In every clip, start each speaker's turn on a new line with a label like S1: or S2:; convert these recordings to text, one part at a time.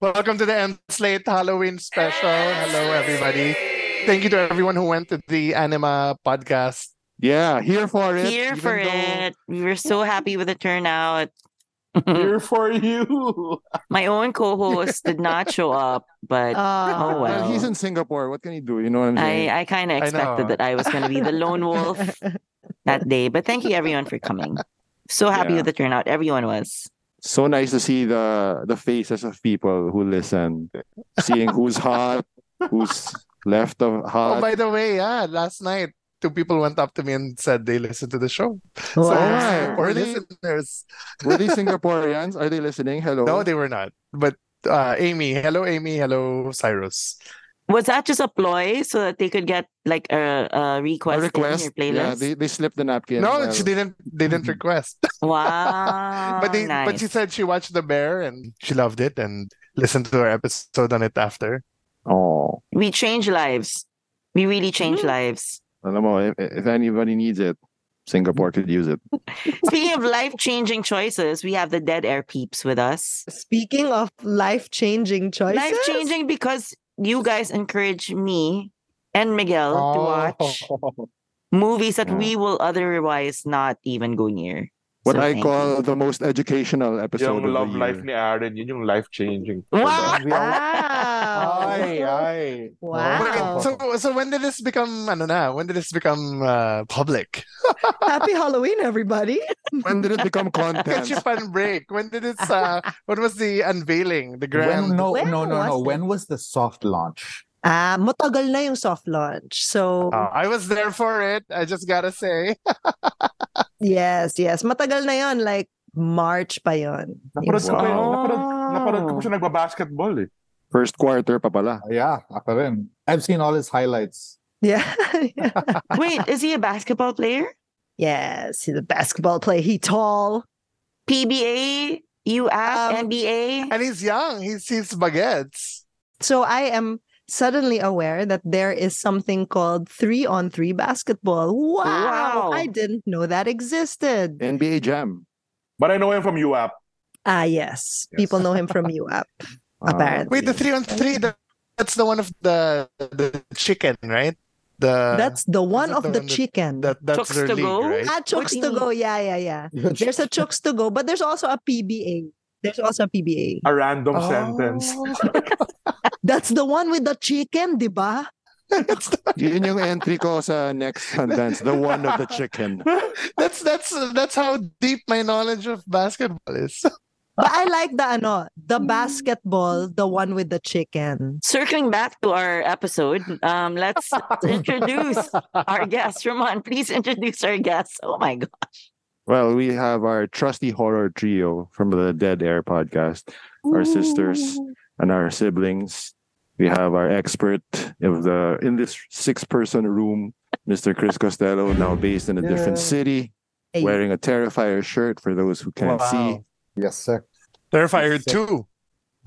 S1: Welcome to the End Slate Halloween special. Hello, everybody. Thank you to everyone who went to the Anima podcast.
S2: Yeah, here for it.
S3: Here
S2: even
S3: for
S2: though-
S3: it. We were so happy with the turnout.
S2: Hmm.
S4: Here for you.
S3: My own co-host did not show up, but
S2: Ah,
S3: Oh,
S2: well, he's
S3: well.
S2: in Singapore. What can he do? You know what I'm
S3: I,
S2: saying?
S3: I kind of expected
S1: know.
S3: that I was going to be the lone wolf that day. But thank you everyone for coming. So happy
S2: Yeah.
S3: with the turnout. Everyone was.
S2: so nice to see the the faces of people who listen, seeing who's hot, who's left
S1: Oh,
S2: of hot.
S1: by the way, yeah, last night two people went up to me and said they listened to the show. So,
S2: Oh, Wow.
S1: or
S2: Really?
S1: listeners.
S2: Were they Singaporeans? Are they listening? Hello.
S1: No, they were not. But uh, Amy, hello, Amy, hello, Cyrus.
S3: Was that just a ploy so that they could get like a,
S2: A
S3: a request,
S2: request.
S3: in your
S2: Yeah,
S3: playlist?
S2: they, they slipped the napkin.
S1: no,
S2: well.
S1: she didn't. They didn't
S2: Mm-hmm.
S1: request.
S3: Wow.
S1: but they,
S3: Oh, nice.
S1: but she said she watched the bear and she loved it and listened to our episode on it after.
S2: Oh,
S3: we change lives. We really change lives.
S2: alam mo, if, if anybody needs it, Singapore could use it.
S3: Speaking of life changing choices, we have the dead air peeps with us.
S5: Speaking of life changing choices,
S3: Life changing because you guys encourage me and Miguel to
S5: Oh.
S2: Oh.
S3: watch movies that
S2: Yeah.
S3: we will otherwise not even go near.
S2: What
S3: So
S2: I
S3: thank
S2: call
S3: you.
S2: the most educational episode.
S4: Yung
S2: of the
S4: love
S2: year.
S4: life ni Aaron, yun yung life changing.
S3: Wow!
S5: Wow.
S4: Uh, ay.
S5: Wow.
S1: Wait, so so when did this become ano na? When did this become uh, public?
S5: Happy Halloween, everybody.
S2: When did it become content?
S1: Catchy pan break. When did it uh what was the unveiling? The grand
S4: When,
S5: When
S4: no, no,
S5: was
S4: no. When was the soft launch?
S5: Ah, matagal na yung soft launch. So,
S1: Uh, I was there for it. I just gotta say.
S5: yes, yes. Matagal na yon like March pa yon. Yung
S4: Naparad ko pa
S5: soft-
S4: yun.
S3: Wow.
S4: Naparad, naparad ko pa siya nagbabasketball eh.
S2: First quarter pa pala.
S6: Yeah, ako rin. I've seen all his highlights.
S5: Yeah.
S3: Wait, is he a basketball player?
S5: yes, he's a basketball player. He tall.
S3: PBA, UF,
S5: Um,
S3: NBA?
S1: And he's young. He sees baguettes.
S5: So I am suddenly aware that there is something called 3 on 3 basketball. Wow.
S3: Wow.
S5: I didn't know that existed.
S2: NBA Jam.
S4: But I know him from UAP.
S5: Ah, yes. People know him from UAP.
S2: Ah,
S5: Apparently.
S1: Wait, the three on three. that- that's the one of the the chicken, right? The
S5: That's the one
S1: it
S5: of
S1: the one uh,
S5: the,
S1: that-
S5: chicken.
S1: that that's
S3: Chooks
S1: their
S3: to
S1: league,
S3: go?
S1: right?
S5: ah,
S3: What do
S5: Chooks
S3: you
S5: to
S3: mean?
S5: go. Yeah, yeah, yeah. There's a Chooks to go, but there's also a PBA. There's also a PBA.
S4: A random
S2: Oh.
S4: sentence.
S5: That's the one with the chicken, di ba?
S1: that's, the-
S2: Yun yung entry ko sa next sentence. The one of the chicken.
S1: that's that's that's how deep my knowledge of basketball is.
S5: But I like the ano, the basketball, the one with the chicken.
S3: Circling back to our episode, um, let's introduce our guest. Ramon, please introduce our guest. Oh my God.
S2: Well, we have our trusty horror trio from the Dead Air podcast. Our sisters and our siblings. We have our expert of the in this six-person room, Mr. Chris Costello, now based in a different city,
S5: Hey.
S2: wearing a Terrifier shirt for those who can't see.
S6: Yes, sir.
S1: They're fired too.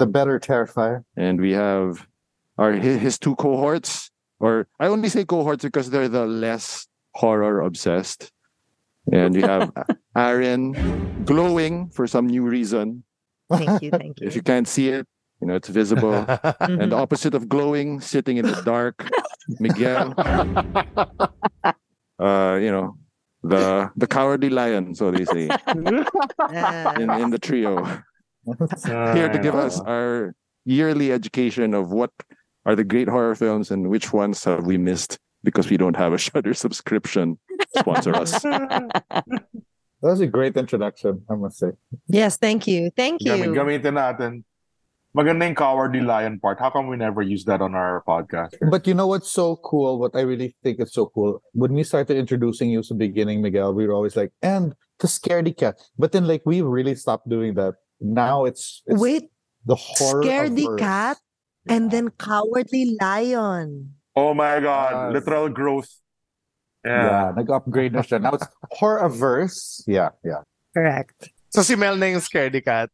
S6: The better Terrifier.
S2: and we have our hi- his two cohorts or i only say cohorts because they're the less horror obsessed and we have aaron glowing for some new reason
S5: Thank you, thank you. Mm-hmm.
S2: if you can't see it you know it's visible and the opposite of glowing sitting in the dark miguel uh you know the the cowardly lion so they say
S5: Uh,
S2: in, in the trio here to give us
S4: Ah.
S2: our yearly education of what are the great horror films and which ones have we missed because we don't have a Shutter subscription. Sponsor us.
S6: That was a great introduction, I must say.
S5: yes, thank you. Thank
S4: Gamit,
S5: you.
S4: gamitin natin. Maganda yung cowardly lion part. How come we never use that on our podcast?
S6: But you know what's so cool? What I really think is so cool. When we started introducing you to the beginning, Miguel, we were always like, and the scaredy cat. But then like we really stopped doing that. Now it's, it's
S5: Wait,
S6: the horror.
S5: scaredy
S6: averse.
S5: cat and then cowardly lion.
S4: Oh my God.
S6: Yes.
S4: Literal growth. Yeah.
S6: Yeah, nag-upgrade na siya. Now it's horror averse. Yeah, yeah.
S5: Correct.
S1: so si Mel na yung scaredy cat.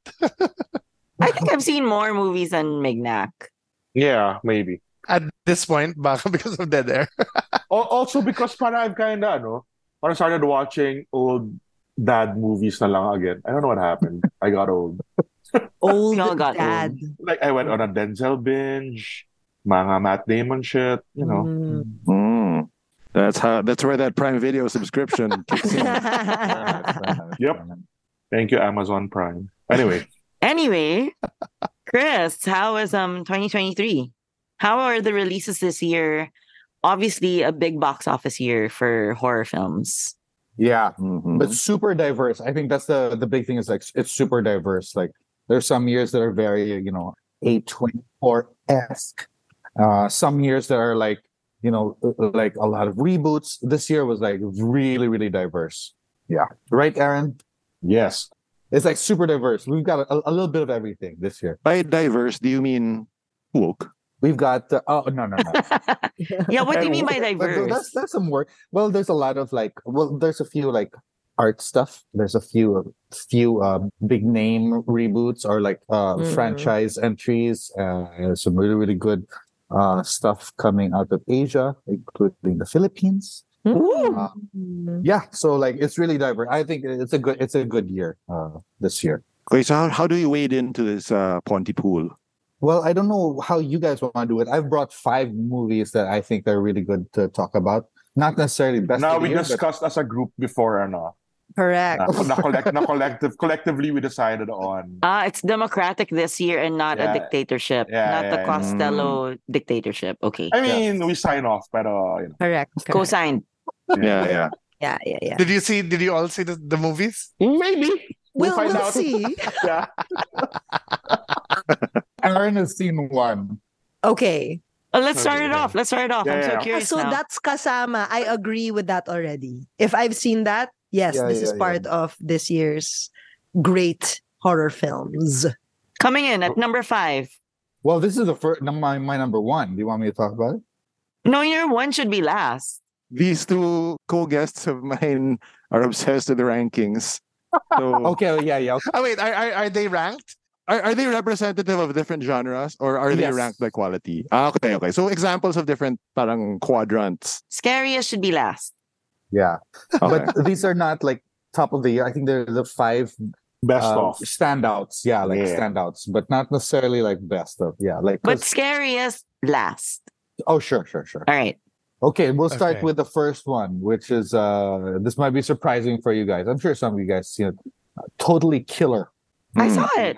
S3: I think I've seen more movies than Mignac.
S4: Yeah, maybe.
S1: At this point, baka because of dead air.
S4: Al- Also because para I've kinda ano, when I started watching old dad movies na lang again. I don't know what happened. I got old.
S5: old
S3: all got
S5: dad.
S4: Like I went on a Denzel binge, mga Matt Damon shit, you know.
S5: Mm.
S2: Mm. That's how. That's where that Prime Video subscription kicks in.
S4: Yep. Thank you, Amazon Prime. Anyway,
S3: Anyway, Chris, how was um 2023? How are the releases this year? Obviously, a big box office year for horror films.
S6: Yeah,
S2: Mhm.
S6: but super diverse. I think that's the the big thing is like it's super diverse. Like there's some years that are very you know A24 esque. Uh, some years that are like you know uh, like a lot of reboots. This year was like really really diverse. Yeah, right, Aaron.
S4: yes.
S6: It's like super diverse. We've got a, a little bit of everything this year.
S2: By diverse, do you mean woke?
S6: We've got uh, oh no no no.
S3: yeah, what do you
S6: And
S3: mean by
S6: w- but
S3: diverse?
S6: th- That's that's some work. Well, there's a lot of like well, there's a few like art stuff. There's a few few uh, big name reboots or like uh,
S3: Mm-hmm.
S5: Mhm.
S6: franchise entries. Uh, and some really really good uh, stuff coming out of Asia, including the Philippines.
S3: Ooh.
S5: Mm.
S6: Yeah, so like it's really diverse. I think it's a good it's a good year uh, this year.
S2: Okay, so how, how do you wade into this uh, Ponty pool?
S6: Well, I don't know how you guys want to do it. I've brought five movies that I think are really good to talk about. Not necessarily best.
S4: now
S6: of the
S4: we
S6: year, but-
S4: discussed as a group before, ano?
S5: Correct.
S4: Na, Ah, na, collect, na collective, collectively, we decided on.
S3: Ah, it's democratic this year and not a
S4: Yeah.
S3: dictatorship,
S4: Yeah,
S3: not the
S4: yeah, yeah.
S3: Costello dictatorship. Okay,
S4: I mean, we sign off, pero you know.
S5: Correct. correct.
S3: co-signed.
S2: Yeah, yeah.
S5: Yeah, yeah, yeah.
S1: Did you see? Did you all see the, the movies?
S2: Maybe.
S4: We'll
S5: We'll,
S4: find
S5: we'll
S4: out.
S5: see.
S4: Yeah.
S6: Aaron has seen one.
S5: Okay.
S3: Oh, let's start it
S4: Okay.
S3: off. Let's start it off.
S4: Yeah,
S3: I'm so
S4: yeah.
S5: Ah,
S3: curious.
S5: so
S3: now.
S5: that's kasama. I agree with that already. If I've seen that, yes,
S6: Yeah,
S5: this is
S6: yeah,
S5: part of this year's great horror films.
S3: coming in
S4: Oh.
S3: at number five.
S6: Well, this is the first my, my number one. Do you want me to talk about it?
S3: No, your one should be last.
S2: These two co-guests of mine are obsessed with rankings. So,
S6: Okay, yeah, yeah.
S1: Oh wait, are are, are they ranked?
S2: are, are they representative of different genres or are they
S6: Yes.
S2: ranked by quality? Ah, okay, okay. So examples of different parang quadrants.
S3: Scariest should be last.
S6: Yeah.
S2: Okay.
S6: But these are not like top of the year. I think they're the five
S4: Best
S6: uh,
S4: of.
S6: standouts. Yeah, like
S4: Yeah.
S6: standouts, but not necessarily like best of. Yeah, like
S3: But
S6: 'cause-
S3: scariest last.
S6: oh sure, sure, sure.
S3: All right.
S6: Okay, we'll start
S1: Okay.
S6: with the first one, which is uh this might be surprising for you guys. I'm sure some of you guys seen it. Uh, totally killer.
S3: I
S2: Mm.
S3: saw
S4: Hmm.
S3: it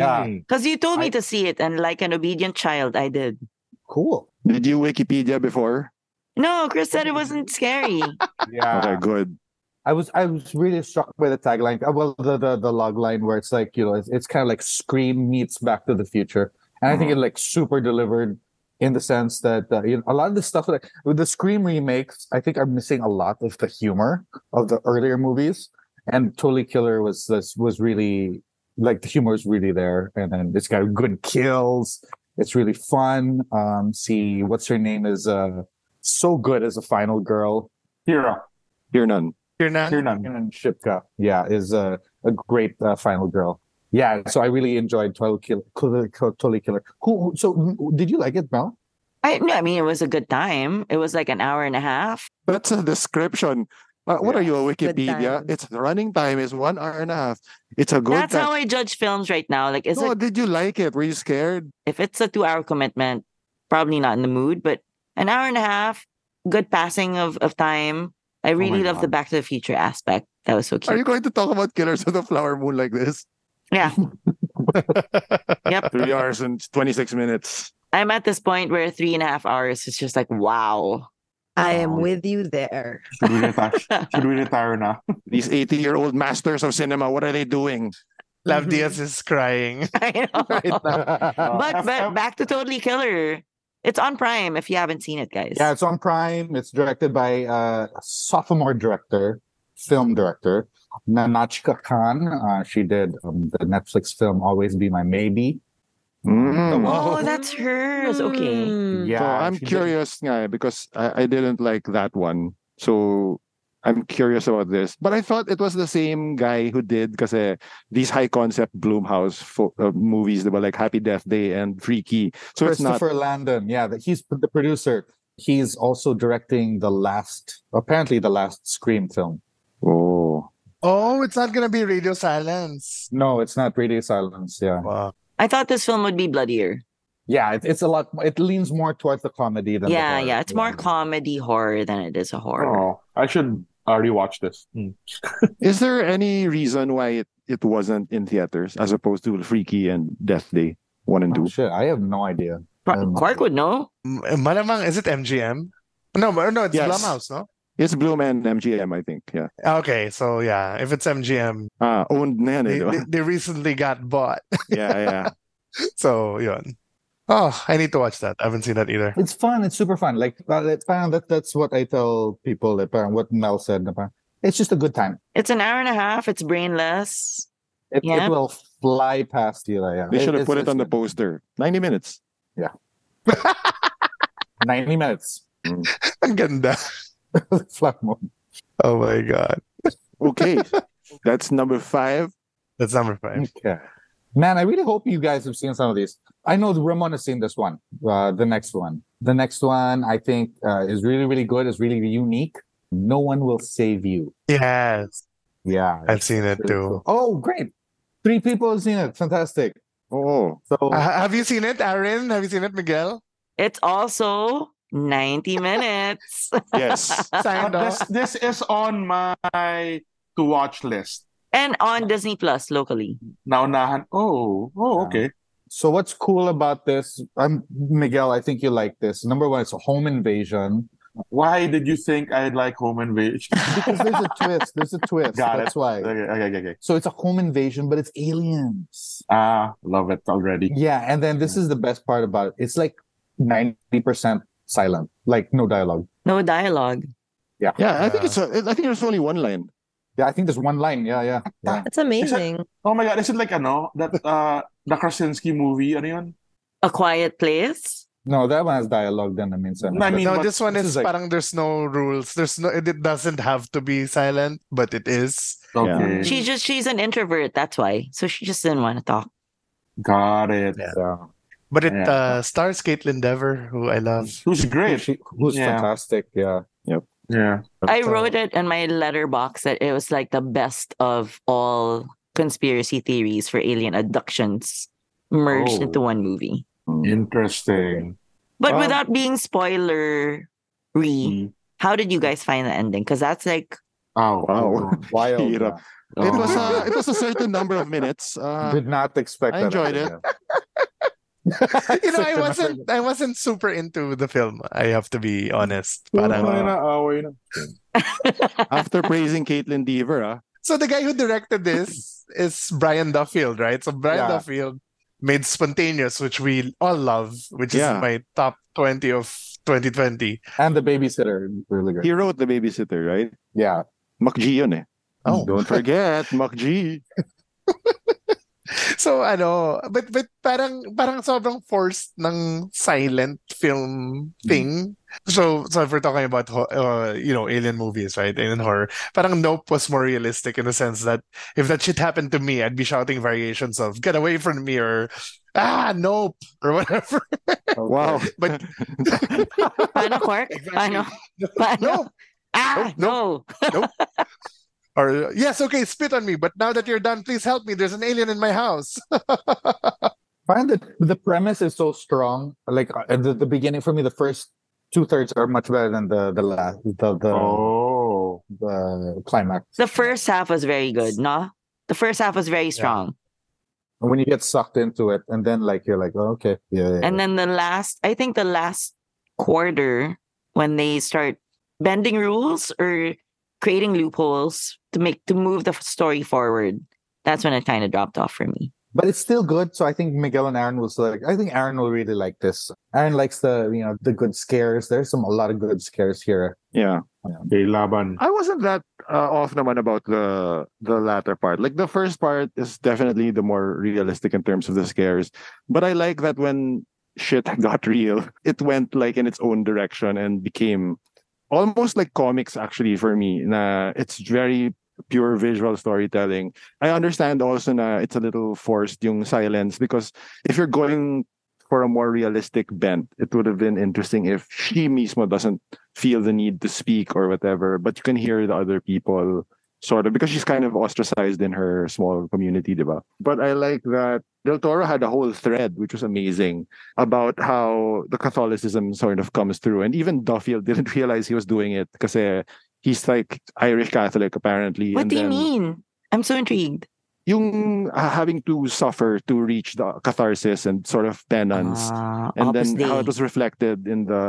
S6: Yeah.
S4: Mm.
S3: because you told me
S6: I-
S3: to see it, and like an obedient child, I did.
S6: Cool.
S2: Hmm. Did you Wikipedia before?
S3: No, Chris said it wasn't scary.
S4: Yeah.
S2: okay, good.
S6: I was I was really struck by the tagline. uh, Well, the the, the log line where it's like you know it's, it's kind of like Scream meets Back to the Future, and I think it like super delivered in the sense that uh, you know a lot of the stuff like with the Scream remakes, I think are missing a lot of the humor of the earlier movies, and Totally Killer was this was really like the humor is really there, and then it's got good kills. It's really fun. Um, see what's her name is uh so good as a final girl.
S4: Hira.
S2: Here none.
S1: You're not.
S4: Hirnan.
S6: Kanan Shipka, yeah, is a, a great uh, final girl. Yeah, so I really enjoyed Total Killer. Totally Killer. Who? who- So mm, did you like it, Mel?
S3: I no, I mean it was a good time. It was like an hour and a half.
S2: That's a description. Uh, what are you, a
S5: Good
S2: Wikipedia?
S5: time.
S2: It's running time is one hour and a half. It's a good
S3: That's
S2: time.
S3: how I judge films right now. Like, is
S2: no,
S3: it
S2: did you like it? Were you scared?
S3: if it's a two-hour commitment, probably not in the mood. But an hour and a half, good passing of of time. I really love the Back
S4: God.
S3: to the Future aspect. That was so
S2: Are
S3: cute.
S2: you going to talk about Killers of the Flower Moon like this?
S3: Yeah. yep.
S2: Three hours and 26 minutes.
S3: I'm at this point where three and a half hours is just like wow.
S5: I am with you there.
S4: Should we retire? Should we retire now?
S2: These 80 year old masters of cinema, what are they doing?
S1: Lav
S5: Mhm.
S1: Diaz is crying.
S3: I know.
S6: yeah,
S3: But but
S4: F- F-
S3: back to Totally Killer. It's on Prime if you haven't seen it, guys.
S6: it's on Prime. It's directed by uh, a sophomore director, film director Nanachika Khan. Uh, she did um, the Netflix film "Always Be My Maybe."
S2: Mm.
S3: Oh, that's hers. Okay.
S5: Mm.
S2: Oh, So I'm
S6: she did-
S2: curious nga, eh, because I, I didn't like that one. So I'm curious about this. But I thought it was the same guy who did kasi these high concept Bloomhouse fo- uh, movies, diba? like Happy Death Day and Freaky. So it's not.
S6: Christopher Landon. Yeah, the- he's the producer. He's also directing the last, apparently the last Scream film.
S2: Oh.
S1: Oh, it's not gonna be radio silence.
S6: No, it's not Radio Silence. Yeah,
S1: Wow.
S3: I thought this film would be bloodier.
S6: yeah, it, it's a lot. It leans more towards the comedy than the
S3: yeah,
S6: horror.
S3: yeah. It's more comedy horror than it is a horror.
S4: Oh, I should uh, rewatch this. Hmm.
S2: Is there any reason why it, it wasn't in theaters as opposed to Freaky and Death Day one and
S6: Oh,
S2: two?
S6: shit, I have no idea.
S3: Pro-
S6: um,
S3: Quark would know.
S1: M- Malamang, is it MGM? No, ma- no, it's
S2: Yes.
S1: Blumhouse, no?
S2: It's Blue Man MGM, I think. Yeah.
S1: Okay, so yeah, if it's MGM,
S2: Ah, owned na yan, eh,
S1: they,
S2: di ba?
S1: they, they recently got bought.
S2: Yeah, yeah.
S1: So yun. Oh, I need to watch that. I haven't seen that either.
S6: It's fun. It's super fun. Like uh, it's parang that, that's what I tell people. Like, parang what Mel said. na parang, It's just a good time.
S3: It's an hour and a half. It's brainless.
S6: It,
S3: Yeah.
S6: it will fly past you. like, Yeah.
S2: They should have
S6: it's-
S2: put it
S6: it's
S2: on the
S6: good.
S2: poster. 90 minutes.
S6: 90 minutes.
S1: Ang ganda.
S6: Flat mode.
S1: Oh my god.
S2: Okay. That's number five.
S1: That's number five.
S6: Okay. Man, I really hope you guys have seen some of these. I know Ramon has seen this one, uh, the next one. The next one, I think, uh, is really, really good. Is really unique. No one will save you.
S1: Yes.
S6: Yeah.
S1: I've seen it
S6: Really
S1: too.
S6: cool. Oh, great. Three people have seen it. Fantastic.
S2: Oh,
S6: So
S1: Uh, have you seen it, Aaron? Have you seen it, Miguel?
S3: It's also 90 minutes.
S2: yes.
S1: Signed
S4: But
S6: uh,
S4: Uh, this
S1: off.
S4: this is on my to watch list.
S3: and on Disney Plus locally.
S4: Now nahan. Oh, oh, okay.
S6: So what's cool about this? I'm Miguel. I think you like this. Number one, it's a home invasion
S4: Why did you think I'd like Home Invasion?
S6: because there's a twist. There's a twist.
S4: Got it.
S6: That's why.
S4: okay, okay, okay, okay.
S6: So it's a home invasion, but it's aliens.
S4: Ah, love it already.
S6: Yeah, and then this is the best part about it. It's like ninety percent silent, like no dialogue.
S3: No dialogue.
S2: Yeah, I think it's a, I think there's only one line.
S6: Yeah, I think there's one line. Yeah, yeah, yeah.
S5: It's amazing.
S4: Oh my god, is it like ano that uh the Krasinski movie ano yun?
S3: A quiet place.
S6: No, that one has dialogue. Then I mean, so-
S4: I mean,
S1: no,
S4: what-
S1: this one
S6: this
S1: is,
S6: is like-
S1: parang there's no rules. There's no it, it doesn't have to be silent, but it is.
S4: Okay,
S3: She just she's an introvert, that's why. So she just didn't want to talk.
S4: got it.
S1: Yeah.
S6: So,
S1: But it uh
S4: Yeah.
S1: stars Caitlin Dever, who I love.
S4: Who's great?
S6: she- who's
S4: Yeah.
S6: fantastic. Yeah,
S4: Yeah.
S3: I
S1: So-
S3: wrote it in my letterbox that it was like the best of all conspiracy theories for alien abductions merged
S4: Oh.
S3: into one movie.
S4: Interesting.
S3: But
S2: Um,
S3: without being spoilery,
S1: Mm.
S3: how did you guys find the ending? Because that's like
S4: Oh,
S2: Wow.
S6: wild.
S2: Hirap.
S6: yeah.
S2: It
S1: Oh.
S2: was
S4: uh,
S2: a, it was a certain number of minutes. Uh,
S6: Did not expect.
S2: I
S6: that
S2: enjoyed
S6: actually.
S1: You know,
S6: Such
S1: I
S6: an
S1: wasn't I wasn't super into the film. I have to be honest.
S4: Parang,
S1: Parang,
S4: na, away na.
S2: after praising Caitlin Deaver, ah,
S1: so the guy who directed this is Brian Duffield, right? So Brian
S6: Yeah.
S1: Duffield made Spontaneous, which we all love, which is
S2: Yeah.
S1: my top twenty of 2020.
S6: And the babysitter, really good.
S2: he wrote The Babysitter, right?
S6: Yeah.
S2: MacG yun eh.
S1: Oh.
S2: Don't forget, MacG.
S1: So ano, but but parang parang sobrang forced ng silent film thing. So so if we're talking about ho- uh, you know alien movies, right? Alien horror. Parang Nope was more realistic in the sense that if that shit happened to me, I'd be shouting variations of "Get away from me" or "Ah, Nope" or whatever.
S2: Wow.
S1: But-
S3: paano Quark? Paano?
S1: Nope.
S3: Paano? Ah,
S1: Nope,
S3: no.
S1: Or yes, okay, spit on me. But now that you're done, please help me. There's an alien in my house.
S6: find that the premise is so strong. Like uh, the, the beginning for me, the first two thirds are much better than the the last the
S4: Uh,
S6: the,
S4: Oh.
S6: the climax.
S3: The first half was very good, no? The first half was very strong.
S6: When you get sucked into it, and then like you're like, oh, okay, yeah, yeah,
S3: And then the last, I think the last quarter, when they start bending rules or creating loopholes to make to move the story forward, that's when it kind of dropped off for me.
S6: but it's still good. So I think Miguel and Aaron was like, I think Aaron will really like this. Aaron likes the you know the good scares. There's some a lot of good scares here.
S2: yeah.
S4: Day laban.
S2: I wasn't that uh, off naman about the the latter part. Like the first part is definitely the more realistic in terms of the scares, but I like that when shit got real, it went like in its own direction and became almost like comics actually for me. Na it's very pure visual storytelling. I understand also na it's a little forced yung silence because if you're going for a more realistic bent, it would have been interesting if she mismo doesn't feel the need to speak or whatever, but you can hear the other people sort of because she's kind of ostracized in her small community, diba? But I like that Del Toro had a whole thread which was amazing about how the Catholicism sort of comes through, and even Duffield didn't realize he was doing it because he's like Irish Catholic apparently.
S3: What
S2: and
S3: do you
S2: then
S3: mean? I'm so intrigued.
S2: Yung uh, having to suffer to reach the catharsis and sort of penance
S3: Ah,
S2: and
S3: Opus
S2: then how
S3: Dei.
S2: it was reflected in the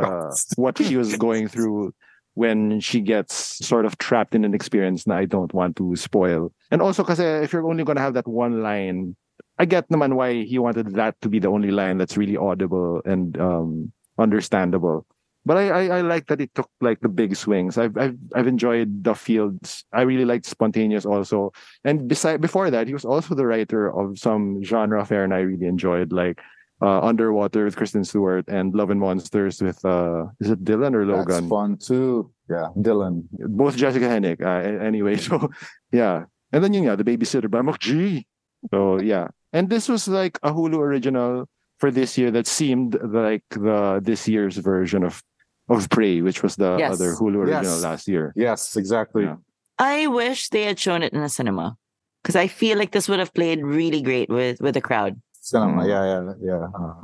S2: what she was going through when she gets sort of trapped in an experience that I don't want to spoil. And also because if you're only going to have that one line, I get naman why he wanted that to be the only line that's really audible and um, understandable. But I, I, I like that it took like the big swings. I've I've, I've enjoyed the fields. I really liked spontaneous also. And beside before that, he was also the writer of some genre fair and I really enjoyed like uh, Underwater with Kristen Stewart and Love and Monsters with uh, is it Dylan or
S6: That's
S2: Logan?
S6: fun too. Yeah, Dylan.
S2: Both Jessica Hennick. Uh, a- anyway, so yeah, and then yun yeah, the babysitter by McG. So yeah, and this was like a Hulu original for this year that seemed like the this year's version of of Prey, which was the
S3: Yes.
S2: other Hulu original
S6: Yes.
S2: last year.
S6: Yes, exactly.
S2: Yeah.
S3: I wish they had shown it in a cinema because I feel like this would have played really great with with the crowd.
S6: Cinema.
S2: Mm.
S6: Yeah, yeah, yeah. Uh,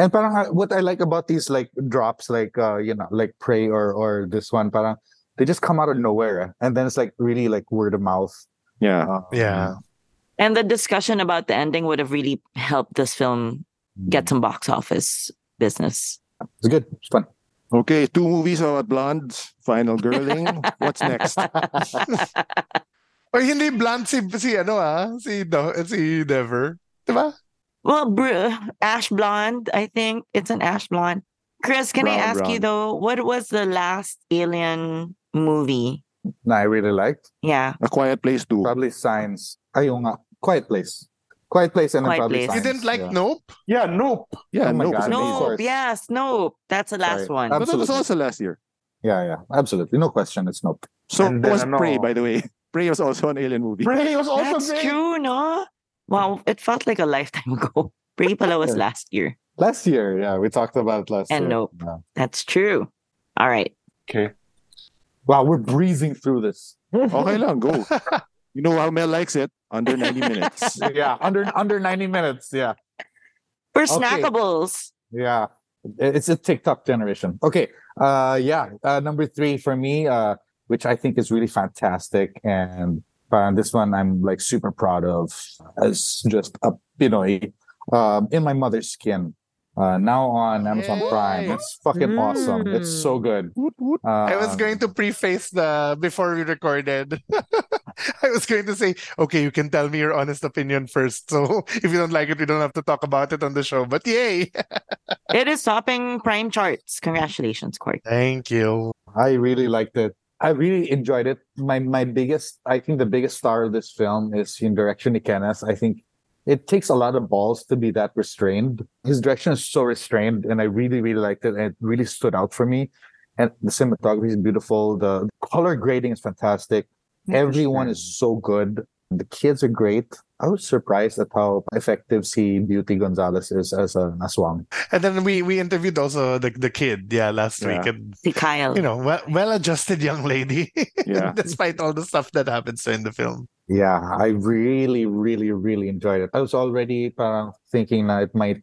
S6: and parang uh, what I like about these like drops, like uh, you know, like Prey or or this one, parang they just come out of nowhere, eh? and then it's like really like word of mouth.
S2: Yeah,
S6: Um,
S1: Yeah.
S3: And the discussion about the ending would have really helped this film get some box office business.
S6: it's good. It's fun.
S2: Okay, two movies about blondes. Final girling. What's next?
S1: Or hindi blunt si, si ano ah, si, no, si Dever. Diba?
S3: Well, br- Ash Blonde, I think it's an Ash Blonde. Chris, can I
S2: Brown,
S3: ask
S2: brown.
S3: you though, what was the last Alien movie?
S6: No, I really liked
S3: Yeah,
S2: A Quiet Place Two.
S6: probably Signs. Ayaw nga. Quiet Place. Quiet Place and then
S3: Quiet
S6: probably
S3: Place.
S1: You
S6: Signs.
S1: didn't like
S6: yeah.
S1: Nope?
S4: Yeah, nope.
S2: Yeah,
S6: Oh my
S2: no,
S6: God.
S2: it's amazing.
S6: of
S3: no,
S6: course.
S3: yes, no, that's the last
S6: Sorry.
S3: one.
S6: Um,
S2: But that was
S6: Absolutely.
S2: also last year.
S6: Yeah, yeah, absolutely. No question. It's nope.
S2: So
S4: And then
S2: was
S4: ano-
S2: Prey, by the way. Prey was also an alien movie.
S4: Prey was also
S3: That's
S4: big.
S3: true, no? Wow, it felt like a lifetime ago. Brie Pala was
S6: Yeah.
S3: last year.
S6: Last year, yeah, we talked about it last
S3: And
S6: year.
S3: Nope.
S6: Yeah.
S3: That's true. All right.
S4: Okay.
S6: Wow, we're breezing through this.
S2: Okay lang, go. You know how Mel likes it? Under 90 minutes.
S6: yeah, under under 90 minutes. Yeah.
S3: For
S6: Okay.
S3: snackables,
S6: Yeah. It's a TikTok generation. Okay. Uh yeah. Uh number three for me, uh, which I think is really fantastic. And uh, this one I'm like super proud of as just a Pinoy. Um, in my mother's skin. Uh now on Amazon
S1: Yay.
S6: Prime. It's fucking awesome. It's so good. Um,
S2: Woot, woot.
S1: I
S2: Um,
S1: was going to preface the before we recorded. I was going to say, okay, you can tell me your honest opinion first. So if you don't like it, we don't have to talk about it on the show. But yay!
S3: it is topping prime charts. Congratulations, Corey.
S1: Thank you.
S6: I really liked it. I really enjoyed it. My my biggest, I think the biggest star of this film is in direction to Kenneth. I think it takes a lot of balls to be that restrained. His direction is so restrained, and I really really liked it. And it really stood out for me. And the cinematography is beautiful. The color grading is fantastic. Everyone is so good. The kids are great. I was surprised at how effective see Beauty Gonzalez is as an aswang.
S1: And then we we interviewed also the the kid, yeah, last
S2: Yeah.
S1: week, and
S3: See Kyle.
S1: you know, well well adjusted young lady,
S2: Yeah.
S1: despite all the stuff that happens to in the film.
S6: Yeah, I really, really, really enjoyed it. I was already parang thinking that it might,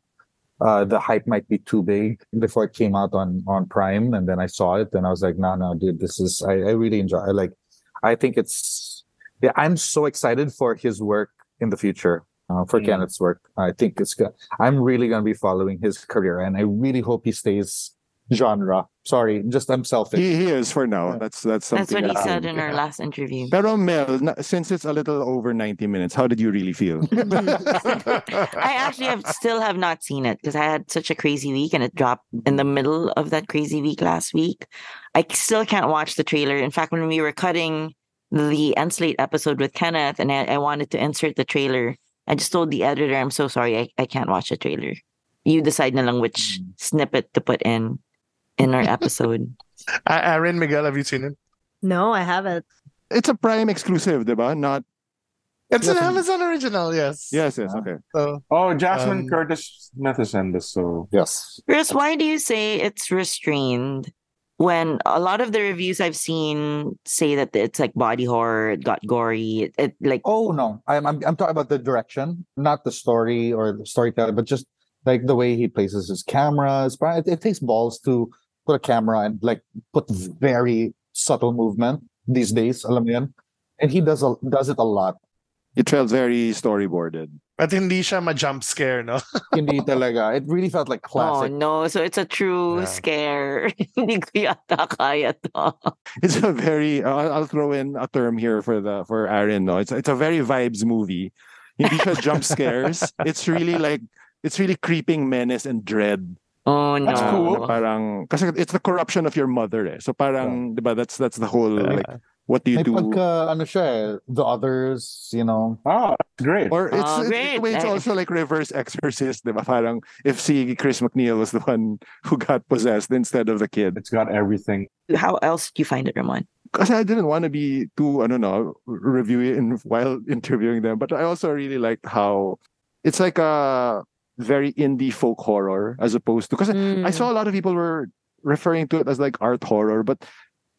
S6: uh, the hype might be too big before it came out on on Prime, and then I saw it, and I was like, no, no, dude, this is. I, I really enjoy. I like. I think it's. Yeah, I'm so excited for his work in the future. Uh, for
S4: Mm.
S6: Kenneth's work, I think it's good. I'm really going to be following his career, and I really hope he stays genre. Sorry, just I'm selfish.
S2: He, he is for now. That's that's something.
S3: That's what he
S2: I
S3: said
S2: think.
S3: in our last interview.
S2: Pero Mel, na- since it's a little over 90 minutes, how did you really feel?
S3: I actually have still have not seen it because I had such a crazy week and it dropped in the middle of that crazy week last week. I still can't watch the trailer. In fact, when we were cutting the end slate episode with Kenneth and I, I wanted to insert the trailer, I just told the editor, I'm so sorry, I, I can't watch the trailer. You decide na lang which snippet to put in in our episode.
S1: A- Aaron Miguel, have you seen it?
S5: No, I haven't.
S2: It's a Prime exclusive, diba? Not
S1: It's an
S2: Yes, I'm-
S1: Amazon original, yes.
S2: yes, yes, okay.
S1: So,
S4: Oh, Jasmine
S1: Um,
S4: Curtis Smith is in this, so
S6: Yes.
S3: Chris, why do you say it's restrained when a lot of the reviews I've seen say that it's like body horror, it got gory, it, it like
S6: Oh no, I'm, I'm I'm talking about the direction, not the story or the storytelling, but just like the way he places his cameras. But it, it takes balls to put a camera and like put very subtle movement these days, alam mo yan. And he does a, does it a lot.
S2: It felt very storyboarded.
S1: At hindi siya ma-jump scare, no?
S6: Hindi talaga. It really felt like
S3: oh
S6: classic.
S3: no, so it's a true
S1: Yeah.
S3: scare. Hindi ko yata kaya to.
S2: It's a very I'll, I'll throw in a term here for the for Aaron. No, it's it's a very vibes movie. Hindi siya jump scares. It's really like it's really creeping menace and dread.
S3: Oh no.
S1: That's
S2: na-
S1: cool.
S2: na Parang kasi it's the corruption of your mother. Eh. So parang 'di ba that's that's the whole like what do you
S6: May
S2: do?
S6: pagka, ano siya eh, the others, you know.
S4: Ah, it's great.
S2: Or it's,
S3: Oh,
S2: it's, in a
S3: great.
S2: way, it's
S3: Eh.
S2: also like reverse exorcist, di ba? Parang if si Chris McNeil was the one who got possessed instead of the kid.
S4: It's got everything.
S3: How else do you find it, Ramon?
S2: Because I didn't want to be too, I don't know, reviewing while interviewing them, but I also really liked how it's like a very indie folk horror as opposed to, because
S3: Hmm.
S2: I saw a lot of people were referring to it as like art horror, but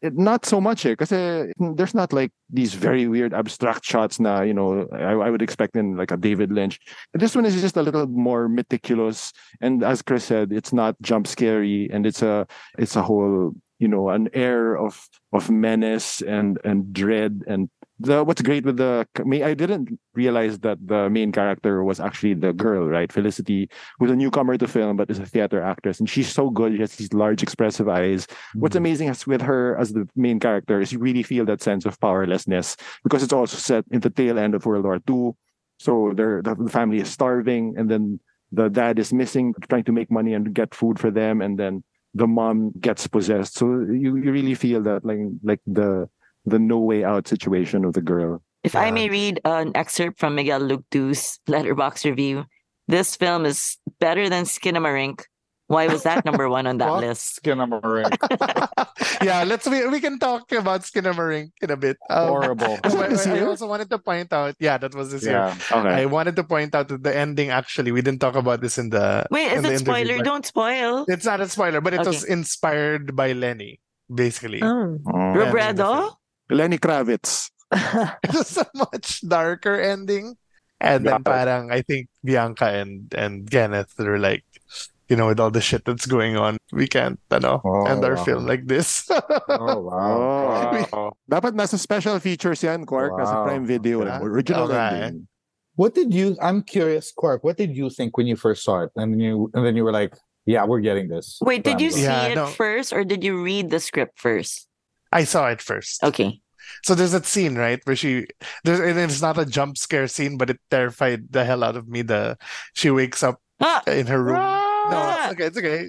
S2: it, not so much because there's not like these very weird abstract shots now you know I, I would expect in like a David Lynch. This one is just a little more meticulous, and as Chris said, it's not jump scary, and it's a it's a whole you know an air of of menace and and dread and the what's great with the me I didn't realize that the main character was actually the girl right Felicity who's a newcomer to film but is a theater actress and she's so good she has these large expressive eyes what's amazing is with her as the main character is you really feel that sense of powerlessness because it's also set in the tail end of World War II. So they're, the the family is starving, and then the dad is missing, trying to make money and get food for them, and then the mom gets possessed. So you, you really feel that like like the the no way out situation of the girl.
S3: If I may read an excerpt from Miguel Luctu's letterbox review, this film is better than Skinamarink. Why was that number one on that
S6: Fuck
S3: list?
S6: Skinamarink.
S1: yeah, let's we, we can talk about Skinamarink in a bit. Um,
S6: Horrible.
S1: oh,
S2: Was it
S1: I-
S2: this
S1: I,
S2: year?
S1: also wanted to point out, yeah, that was this year.
S6: yeah.
S2: Okay.
S1: I wanted to point out that the ending actually, we didn't talk about this in the.
S3: Wait, is
S1: in the
S3: it
S1: interview,
S3: spoiler?
S1: but
S3: Don't spoil.
S1: It's not a spoiler, but it was inspired by Lenny, basically.
S5: Oh.
S2: Oh.
S3: Robredo?
S2: Lenny Kravitz.
S1: it was a much darker ending. And then parang I think Bianca and and Kenneth were like, you know, with all the shit that's going on, we can't ano,
S6: Oh,
S1: end our
S6: wow.
S1: film like this.
S6: Oh, wow.
S4: Wow.
S2: Dapat nasa special features yan, Quark. Nasa
S6: Wow.
S2: Prime Video. eh.
S1: Yeah.
S2: Original
S1: Okay.
S2: ending.
S6: What did you? I'm curious, Quark. What did you think when you first saw it, and you and then you were like, "Yeah, we're getting this."
S3: Wait, did you
S6: Rambo.
S3: see
S1: Yeah,
S3: it
S1: no.
S3: first or did you read the script first?
S1: I saw it first.
S3: Okay.
S1: So there's that scene, right, where she there's and it's not a jump scare scene, but it terrified the hell out of me. The she wakes up
S3: Ah!
S1: in her room. No,
S3: Ah!
S1: it's okay, it's okay.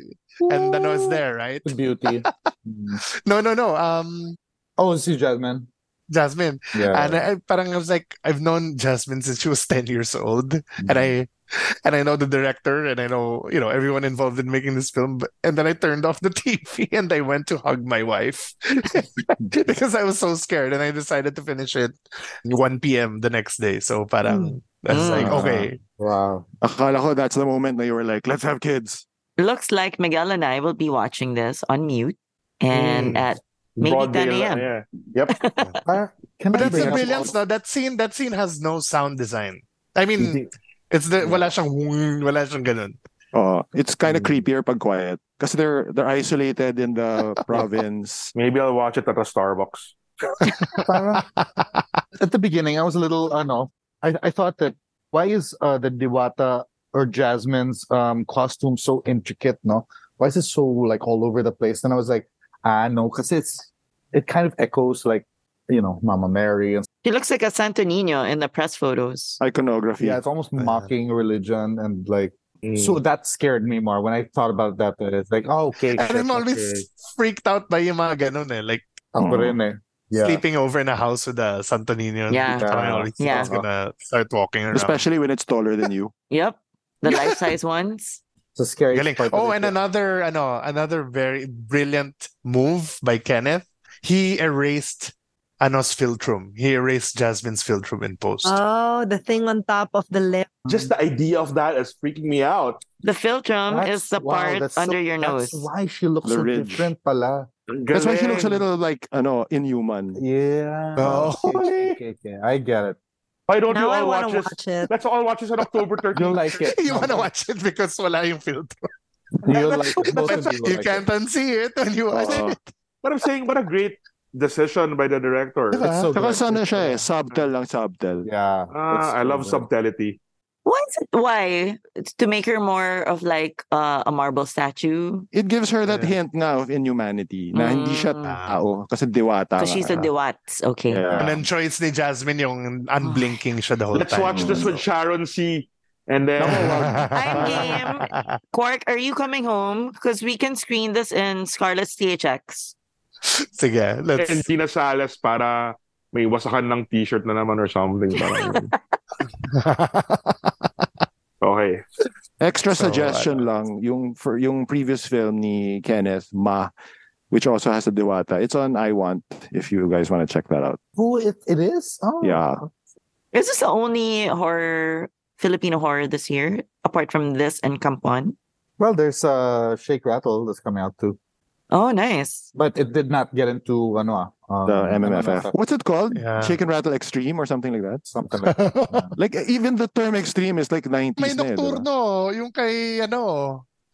S1: And the noise there, right?
S6: The beauty. Mm.
S1: No, no, no. Um
S6: oh, see Jasmine.
S1: Jasmine.
S6: Yeah.
S1: And I, I- parang I was like, I've known Jasmine since she was 10 years old. And I and I know the director and I know, you know, everyone involved in making this film. But, and then I turned off the TV and I went to hug my wife because I was so scared. And I decided to finish it 1 p.m. the next day. So parang I was like,
S6: Mm.
S1: okay.
S6: wow.
S2: Akala ko that's the moment that you were like, let's have kids.
S3: Looks like Miguel and I will be watching this on mute and
S1: Mm.
S3: at Maybe 10
S4: Broad daylight,
S3: a.m..
S4: Yeah. Yep.
S6: Uh, can
S1: But
S6: I
S1: that's
S6: bring
S1: the
S6: up-
S1: brilliance now. That scene, that scene has no sound design. I mean,
S6: Hindi-
S1: it's the wala siyang wala siyang ganun.
S2: Oh, it's kind of
S6: Mm.
S2: creepier pag quiet. Kasi they're they're isolated in the province.
S4: Maybe I'll watch it at a Starbucks.
S6: parang- at the beginning, I was a little, I know, I, I thought that why is uh, the Diwata or Jasmine's um, costume so intricate? No, why is it so like all over the place? And I was like, ah, no, because it's it kind of echoes like you know Mama Mary and
S3: He looks like a Santo Nino in the press photos.
S6: Uh,
S2: Iconography.
S6: yeah, it's almost
S1: Yeah.
S6: mocking religion and like. So that scared me more when I thought about that. that It's like, oh, okay.
S1: And
S6: shit,
S1: I'm always
S6: okay.
S1: freaked out by yung mga ganun eh. Like,
S6: Ako rin eh. Yeah.
S1: sleeping over in a house with a Santo Nino.
S3: Yeah. Yeah.
S1: It's gonna start walking around.
S2: Especially when it's taller than you.
S3: Yep. The life size ones.
S6: It's a scary
S1: Galing.
S6: part of
S1: Oh,
S6: it,
S1: and
S6: yeah.
S1: another, ano, another very brilliant move by Kenneth. He erased Anos Filtrum. He erased Jasmine's Filtrum in post.
S5: Oh, the thing on top of the lip.
S4: Just the idea of that is freaking me out.
S3: The philtrum
S6: That's-
S3: is the
S6: wow,
S3: part
S6: that's so-
S3: under your nose.
S6: That's why she looks
S2: The
S6: so
S2: ridge.
S6: different pala.
S2: That's why she looks a little like ano inhuman.
S6: Yeah.
S1: No.
S6: Okay, okay, okay, okay. I get it.
S4: Why don't
S5: now
S4: you
S5: I
S4: all
S5: want to
S4: watch this?
S5: watch it.
S4: Let's all watch this on October 13th.
S6: You'll like it.
S1: You wanna watch it because wala yung filter.
S6: You'll like it. Both of you will
S1: You
S6: like
S1: can't
S6: it.
S1: unsee it when you watch
S2: Oo.
S1: it.
S4: But I'm saying, what a great decision by the director.
S1: Diba?
S6: It's so
S2: Saka
S6: good.
S2: ano
S6: It's
S2: siya eh,
S6: so-
S2: subtle lang subtle.
S6: Yeah. it's
S4: Ah, I
S6: so
S4: love
S6: good.
S4: subtlety.
S3: Why? Is it, why? It's to make her more of like uh, a marble statue
S2: It gives her that
S1: Yeah.
S2: hint nga of inhumanity na hindi siya
S3: Mm.
S6: Ah.
S2: tao kasi diwata. ah.
S3: because she's a
S2: nga.
S3: Dewat. Okay.
S2: Yeah.
S1: And then choice ni Jasmine yung unblinking siya the whole
S4: Let's
S1: time.
S4: watch this with Sharon C. And then,
S2: Nako,
S3: I'm game. Quark, are you coming home? Because we can screen this in Scarlet's THX.
S1: Sige, let's...
S4: and Tina Salas para may wasakan ng t-shirt na naman or something. Parang, ganun. okay.
S2: Extra
S1: So,
S2: suggestion
S6: uh,
S2: lang yung for yung previous film ni Kenneth Ma which also has a diwata. It's on I Want if you guys want to check that out.
S6: Who it, it is? Oh.
S2: Yeah.
S3: Is this the only horror Filipino horror this year apart from this and Kampon?
S6: Well, there's uh Shake Rattle that's coming out too,
S3: Oh, nice.
S6: but it did not get into ano ah, um,
S2: The MMFF. What's it called?
S1: Yeah.
S2: Chicken Rattle Extreme or something like that?
S6: something like that.
S2: Like even the term extreme is like 90s
S1: May
S2: na eh, diba?
S1: nocturno, yung kay ano.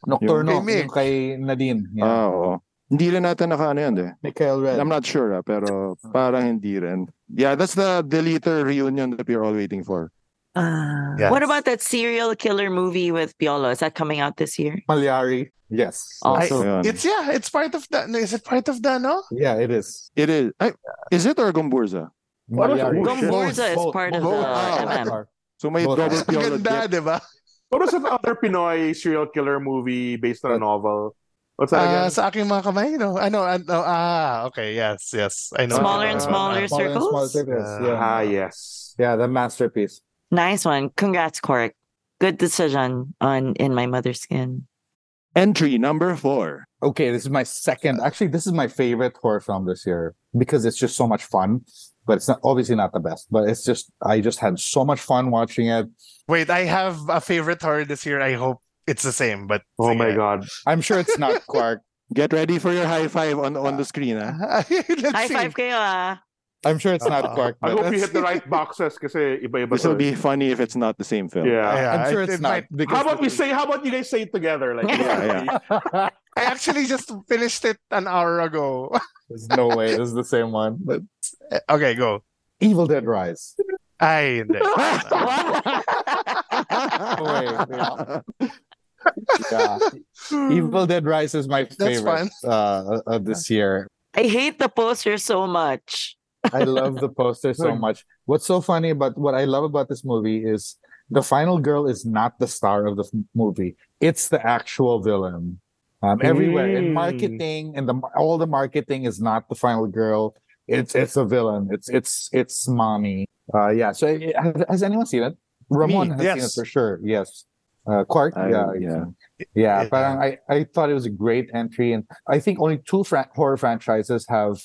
S6: Nocturno
S1: Yung kay Mick.
S6: yung kay Nadine. Yeah.
S2: Ah, oo. Hindi rin natin nakaano yan eh.
S6: Michael Red.
S2: I'm not sure ah, pero parang hindi rin. Yeah, that's the Deleter reunion that we're all waiting for.
S5: Ah.
S3: Uh,
S1: Yes.
S3: What about that serial killer movie with Piolo? Is that coming out this year?
S6: Malyari. Yes.
S3: Oh.
S1: I-
S6: So-
S2: Ayun.
S1: It's yeah, it's part of the is it part of the no?
S6: yeah, it is.
S2: It is. Ay, is it or Gomburza?
S4: What was-
S6: Malyari.
S3: Gomburza is part of
S6: both
S2: the
S6: are-
S3: MM.
S6: are.
S2: So may
S6: Both.
S2: double
S1: Ang
S2: piola
S1: ganda,
S2: dip.
S1: di ba?
S4: What was that other Pinoy serial killer movie based on a novel? What's that
S1: Ah,
S4: again?
S1: sa aking mga kamay, no? Ano, ano, ah, okay, yes, yes. I know.
S3: Smaller and
S1: Ah,
S3: smaller
S1: ah,
S6: Smaller and smaller
S3: circles?
S6: circles,
S1: Uh,
S6: yeah.
S4: ah, yes.
S6: Yeah, the masterpiece.
S3: Nice one. Congrats, Cork. Good decision on In My Mother's Skin.
S2: Entry number four.
S6: Okay, this is my second. Actually, this is my favorite horror film this year because it's just so much fun. But it's not obviously not the best, but it's just I just had so much fun watching it.
S1: Wait, I have a favorite horror this year. I hope it's the same, but
S4: Oh
S1: sige.
S4: my God.
S6: I'm sure it's not Quark.
S2: Get ready for your high five on, on the screen.
S5: Uh-huh.
S2: Ah.
S1: Let's
S3: High
S1: see.
S3: five kayo ah.
S6: I'm sure it's not
S1: Uh-oh.
S6: Quark.
S4: I
S6: but
S4: hope you
S6: that's-
S4: hit the right boxes kasi iba-iba
S2: This will
S4: to.
S2: be funny if it's not the same film.
S4: Yeah.
S1: Yeah,
S6: I'm sure
S1: it- it
S6: it's
S1: might-
S6: not. because
S4: How about we say, how about you guys say it together? Like,
S2: Yeah,
S1: I actually just finished it an hour ago.
S6: There's no way this is the same one. But
S1: okay, go.
S6: Evil Dead Rise.
S1: Ay, hindi.
S6: Wait, Yeah. Evil Dead Rise is my favorite
S1: fun.
S6: uh, of this year.
S3: I hate the poster so much.
S6: I love the poster so much. What's so funny about what I love about this movie is the final girl is not the star of the f- movie. It's the actual villain. Um, Everywhere
S4: Mm.
S6: in marketing and the mar- all the marketing is not the final girl. It's it's a villain. It's it's it's mommy. Uh, yeah. So eh, has, has anyone seen it? Ramon has seen it
S1: yes.
S6: for sure. Yes. Uh, Quark.
S2: I-
S6: yeah.
S2: yeah.
S6: yeah. Yeah,
S1: Yeah.
S6: parang I, I thought it was a great entry, and I think only two fran- horror franchises have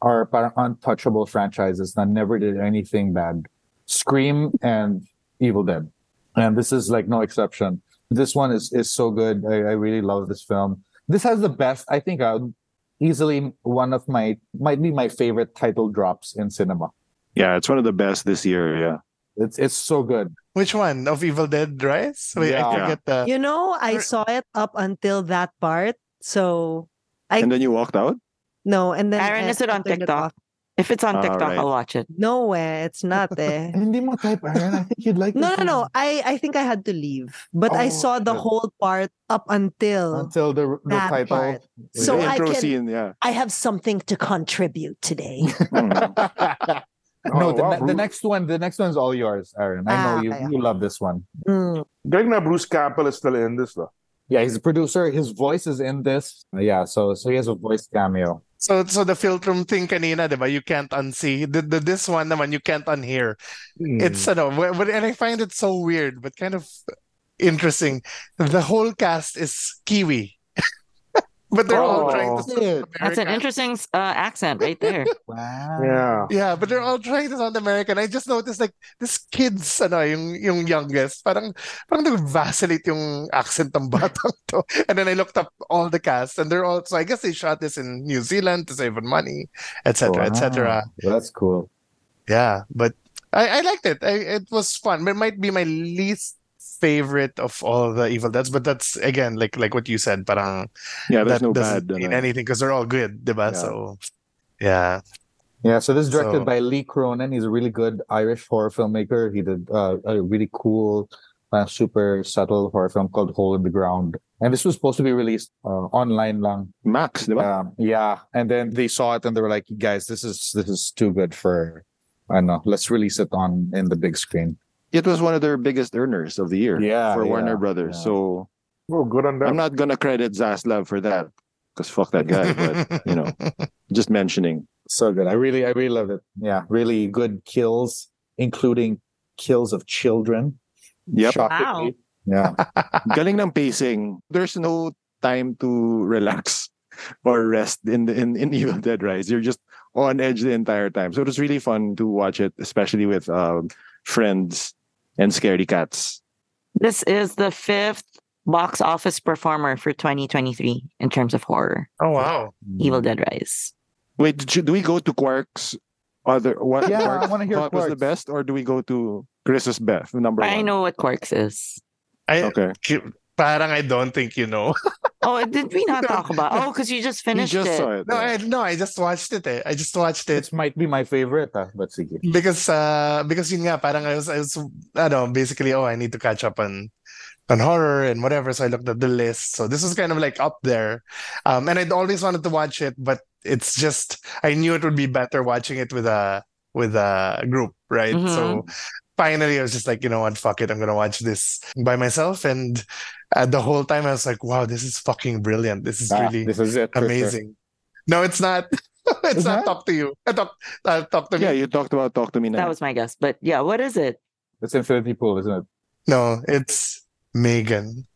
S6: are parang untouchable franchises that never did anything bad: Scream and Evil Dead, and this is like no exception. This one is is so good. I, I really love this film. This has the best. I think uh, easily one of my might be my favorite title drops in cinema.
S2: yeah, it's one of the best this year. Yeah.
S6: It's it's so good.
S1: Which one? Of Evil Dead Rise? Wait,
S6: Yeah.
S1: I forget the...
S5: You know, I
S1: Or-
S5: saw it up until that part. So I-
S2: And then you walked out?
S5: no, and then
S3: Aaron,
S5: I-
S3: is it
S5: I
S3: on
S5: turned it
S3: TikTok?
S5: off.
S3: If it's on
S2: All
S3: TikTok,
S2: right.
S3: I'll watch it.
S5: No, eh, it's not eh.
S6: Hindi mo type, Aaron. I think you'd like.
S5: No,
S6: this
S5: no, no.
S6: one.
S5: I I think I had to leave, but I
S6: Oh,
S5: saw the
S6: shit.
S5: whole part up until
S6: Until the the
S5: that
S6: title.
S5: part. So
S2: the
S5: I
S2: intro
S5: can-
S2: scene, yeah.
S5: I have something to contribute today.
S2: Mm.
S4: Oh,
S6: no, the,
S4: wow,
S6: ne- the
S4: Bruce.
S6: next one, the next one's all yours, Aaron. I know
S5: Ah,
S6: you,
S5: okay.
S6: you love this one.
S5: Mm.
S4: Galing na Bruce Campbell is still in this though.
S6: Yeah, he's a producer. His voice is in this. Yeah, so so he has a voice cameo.
S1: So, so the filtrum thing kanina, di ba? You can't unsee. The, the, this one naman, you can't unhear. Hmm.
S6: Hmm.
S1: It's, ano, w- w- and I find it so weird, but kind of interesting. The whole cast is Kiwi. But they're all
S6: Oh,
S1: trying to
S6: shit.
S1: sound American.
S3: That's an interesting uh, accent right there.
S6: Wow.
S4: Yeah.
S1: Yeah, but they're all trying to sound American. I just noticed like this kid's ano, yung yung youngest, parang parang nag-vacillate yung accent ng batang to. And then I looked up all the cast and they're all so I guess they shot this in New Zealand to save on money, etc., etc.
S6: That's cool.
S1: Yeah, but I, I liked it. I, it was fun. It might be my least favorite of all the Evil Deads, but that's again like like what you said. Parang
S2: Yeah,
S1: that
S2: there's no
S1: doesn't
S2: bad. ano.
S1: mean anything because they're all good, diba?
S2: Yeah.
S1: So yeah,
S6: Yeah, so this is directed
S1: So-
S6: by Lee Cronin. He's a really good Irish horror filmmaker. He did uh, a really cool, uh, super subtle horror film called Hole in the Ground. And this was supposed to be released uh, online lang.
S2: Max, di ba?
S6: Um, yeah, and then they saw it and they were like, "Guys, this is this is too good for I don't know. Let's release it on in the big screen."
S2: It was one of their biggest earners of the year
S6: Yeah,
S2: for
S6: yeah,
S2: Warner Brothers.
S6: yeah.
S2: So
S4: Well, Oh, good on
S2: I'm
S4: them.
S2: not gonna credit Zaslav for that because fuck that guy. but you know, just mentioning.
S6: So good. I really, I really loved it. Yeah, really good kills, including kills of children.
S2: Yep.
S6: Shockingly. Yeah.
S2: Galing ng pacing. There's no time to relax or rest in the in, in Evil Dead Rise. You're just on edge the entire time. So it was really fun to watch it, especially with um, friends and scaredy cats.
S3: This is the fifth box office performer for 2023 in terms of horror.
S1: oh wow,
S3: Evil Dead Rise.
S2: Wait, did you- do we go to Quark's other what
S6: Yeah, I
S2: Quark's
S6: wanna hear
S2: thought was the best,
S6: Quark's.
S2: or do we go to Chris's Beth, number
S3: I
S2: one?
S3: know what Quarks is.
S1: I
S2: Okay.
S1: ki- parang I don't think you know.
S3: Oh, did we not talk about? Oh, because you just
S2: He
S3: finished
S2: just
S3: it.
S2: saw it.
S1: No, I no, I just watched it. Eh. I just watched it
S6: It might be my favorite, ah, but sige.
S1: because uh because yun nga parang I was I was ano basically oh I need to catch up on on horror and whatever so I looked at the list so this was kind of like up there um and I'd always wanted to watch it but it's just I knew it would be better watching it with a with a group right
S3: Mhm.
S1: so finally I was just like you know what fuck it I'm gonna watch this by myself and uh, the whole time I was like wow this is fucking brilliant this is
S6: Ah,
S1: really
S6: this is it. for sure.
S1: amazing no it's not it's
S6: It's
S1: not
S6: not?
S1: talk to you I talk uh, talk to me
S2: Yeah, you talked about Talk to Me Now.
S3: That was my guess. But yeah, what is it?
S6: It's Infinity Pool, isn't it?
S1: No, it's Megan.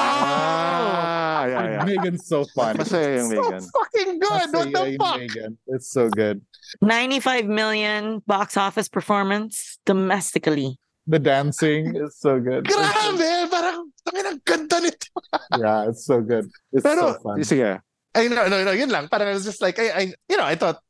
S3: Wow!
S2: Ah, yeah, yeah.
S6: Megan's so fun.
S2: Masaya yung Megan.
S1: fucking good. What
S6: Masaya
S1: the
S6: yung
S1: fuck?
S6: Megan. It's so good.
S3: 95 million box office performance domestically.
S6: The dancing is so good.
S1: Grabe, parang tangin ang ganda nito.
S6: yeah, it's so good. It's
S2: Pero,
S6: so fun.
S2: sige.
S1: I know, no, no, yun lang. Parang I was just like, I, I, you know, I thought,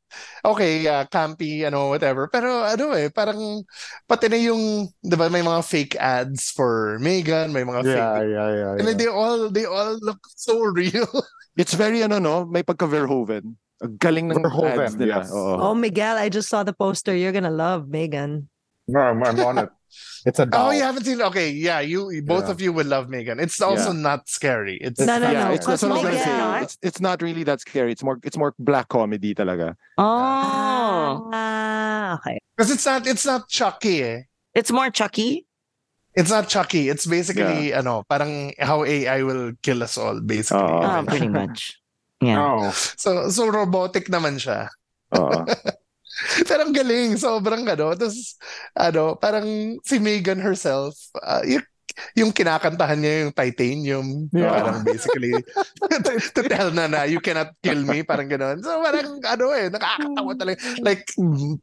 S1: okay, uh, campy, ano, whatever. Pero ano eh, parang pati na yung, di ba, may mga fake ads for Megan, may mga
S6: Yeah, yeah,
S1: fake.
S6: yeah. yeah.
S1: And then they all, they all look so real.
S2: It's very, ano, no? May pagka-Verhoeven. Ang galing ng ads
S6: Verhoeven,
S2: nila.
S6: yes.
S2: Oo.
S5: Oh, Miguel, I just saw the poster. You're going to love Megan.
S4: No, I'm, I'm on it.
S6: It's a doll.
S1: Oh, you haven't seen? Okay, yeah, you, both
S2: Yeah.
S1: of you will love Megan. It's also not scary. It's
S5: No, no,
S2: yeah,
S5: no.
S2: it's that's what I was gonna say.
S5: Miguel.
S2: It's, it's not really that scary. It's more it's more black comedy talaga.
S3: Oh,
S5: Ah, okay.
S1: because it's not, it's not Chucky. Eh.
S3: it's more Chucky.
S1: It's not Chucky. It's basically ano, parang how AI will kill us all basically.
S2: Oo.
S3: Oh, pretty much. Yeah.
S4: No.
S1: So so robotic naman siya.
S2: Oo.
S1: Pero ang galing, sobrang ano. Tapos ano, parang si Megan herself, uh, yung, yung kinakantahan niya yung titanium.
S6: Yeah.
S1: Parang basically, to, to tell na na, you cannot kill me. Parang gano'n. So parang ano eh, nakakatawa talaga. Like,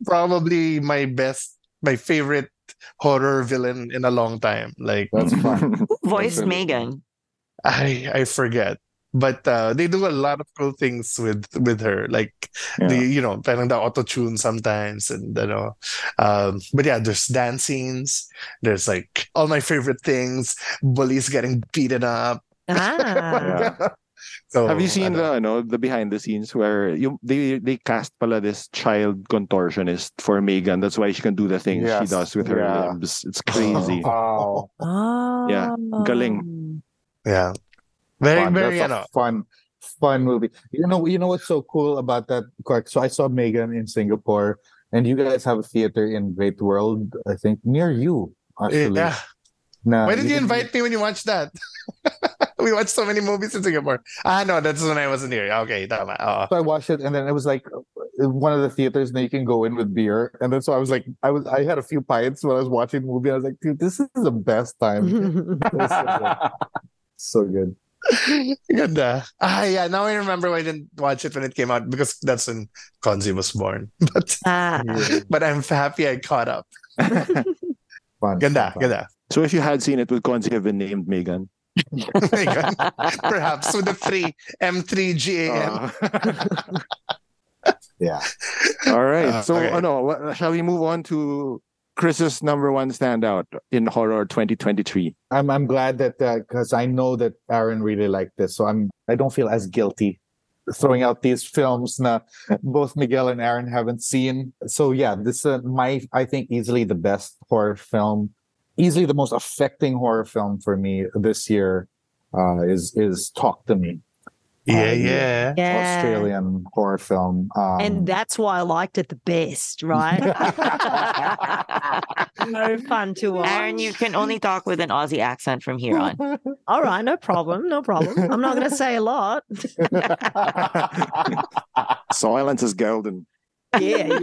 S1: probably my best, my favorite horror villain in a long time. Like,
S6: That's fun.
S3: Who voiced
S6: Okay.
S3: Megan?
S1: I I forget. But uh, they do a lot of cool things with with her, like the you know parang the auto tune sometimes, and you know, um, but yeah, there's dance scenes. There's like all my favorite things: bullies getting beaten up.
S5: Ah.
S1: So
S2: Have you seen
S1: ano.
S2: the ano the behind the scenes where you they they cast pala this child contortionist for Megan. That's why she can do the things she
S6: Yes.
S2: does with her
S6: Yeah.
S2: limbs. It's crazy.
S4: Wow.
S5: Oh.
S2: Yeah, galing.
S1: Yeah, very
S6: fun.
S1: very
S6: That's
S1: ano.
S6: a fun, fun movie. You know, you know what's so cool about that, Quark? So I saw Megan in Singapore, and you guys have a theater in Great World, I think, near you. Actually,
S1: Yeah. eh,
S6: Na-
S1: ah, Why did you
S6: can-
S1: invite me when you watched that? we watched so many movies in Singapore. Ah, no, that's when I wasn't here. Okay, tama. Oh, Oo.
S6: So I watched it, and then it was like uh, one of the theaters that you can go in with beer, and then so I was like, I was, I had a few pints when I was
S5: Oh.
S6: watching the movie. I was like, dude, this is the best time. It was so good. so good.
S1: Ganda. Ah, yeah. Now I remember why I didn't watch it when it came out because that's when Konzi was born. But
S5: Ah,
S1: but I'm happy I caught up.
S6: Fun,
S1: Ganda,
S6: fun, fun.
S1: ganda.
S2: So if you had seen it, would Konzi have been named Megan?
S1: Megan, Perhaps with the three M3GAN.
S2: Uh,
S6: Yeah.
S2: all right.
S1: Uh,
S2: so
S1: okay.
S2: ano, what- shall we move on to Chris's number one standout in horror 2023?
S6: I'm I'm glad that because I know that Aaron really liked this, so I'm I don't feel as guilty throwing out these films na both Miguel and Aaron haven't seen. So yeah, this is my I think easily the best horror film, easily the most affecting horror film for me this year uh, is is Talk to Me,
S1: Yeah, yeah.
S5: yeah.
S6: Australian horror film. Um,
S5: And that's why I liked it the best, right? no fun to watch.
S3: Aaron, you can only talk with an Aussie accent from here on.
S5: All right, no problem, no problem. I'm not going to say a lot.
S2: Silence is golden.
S5: Yeah,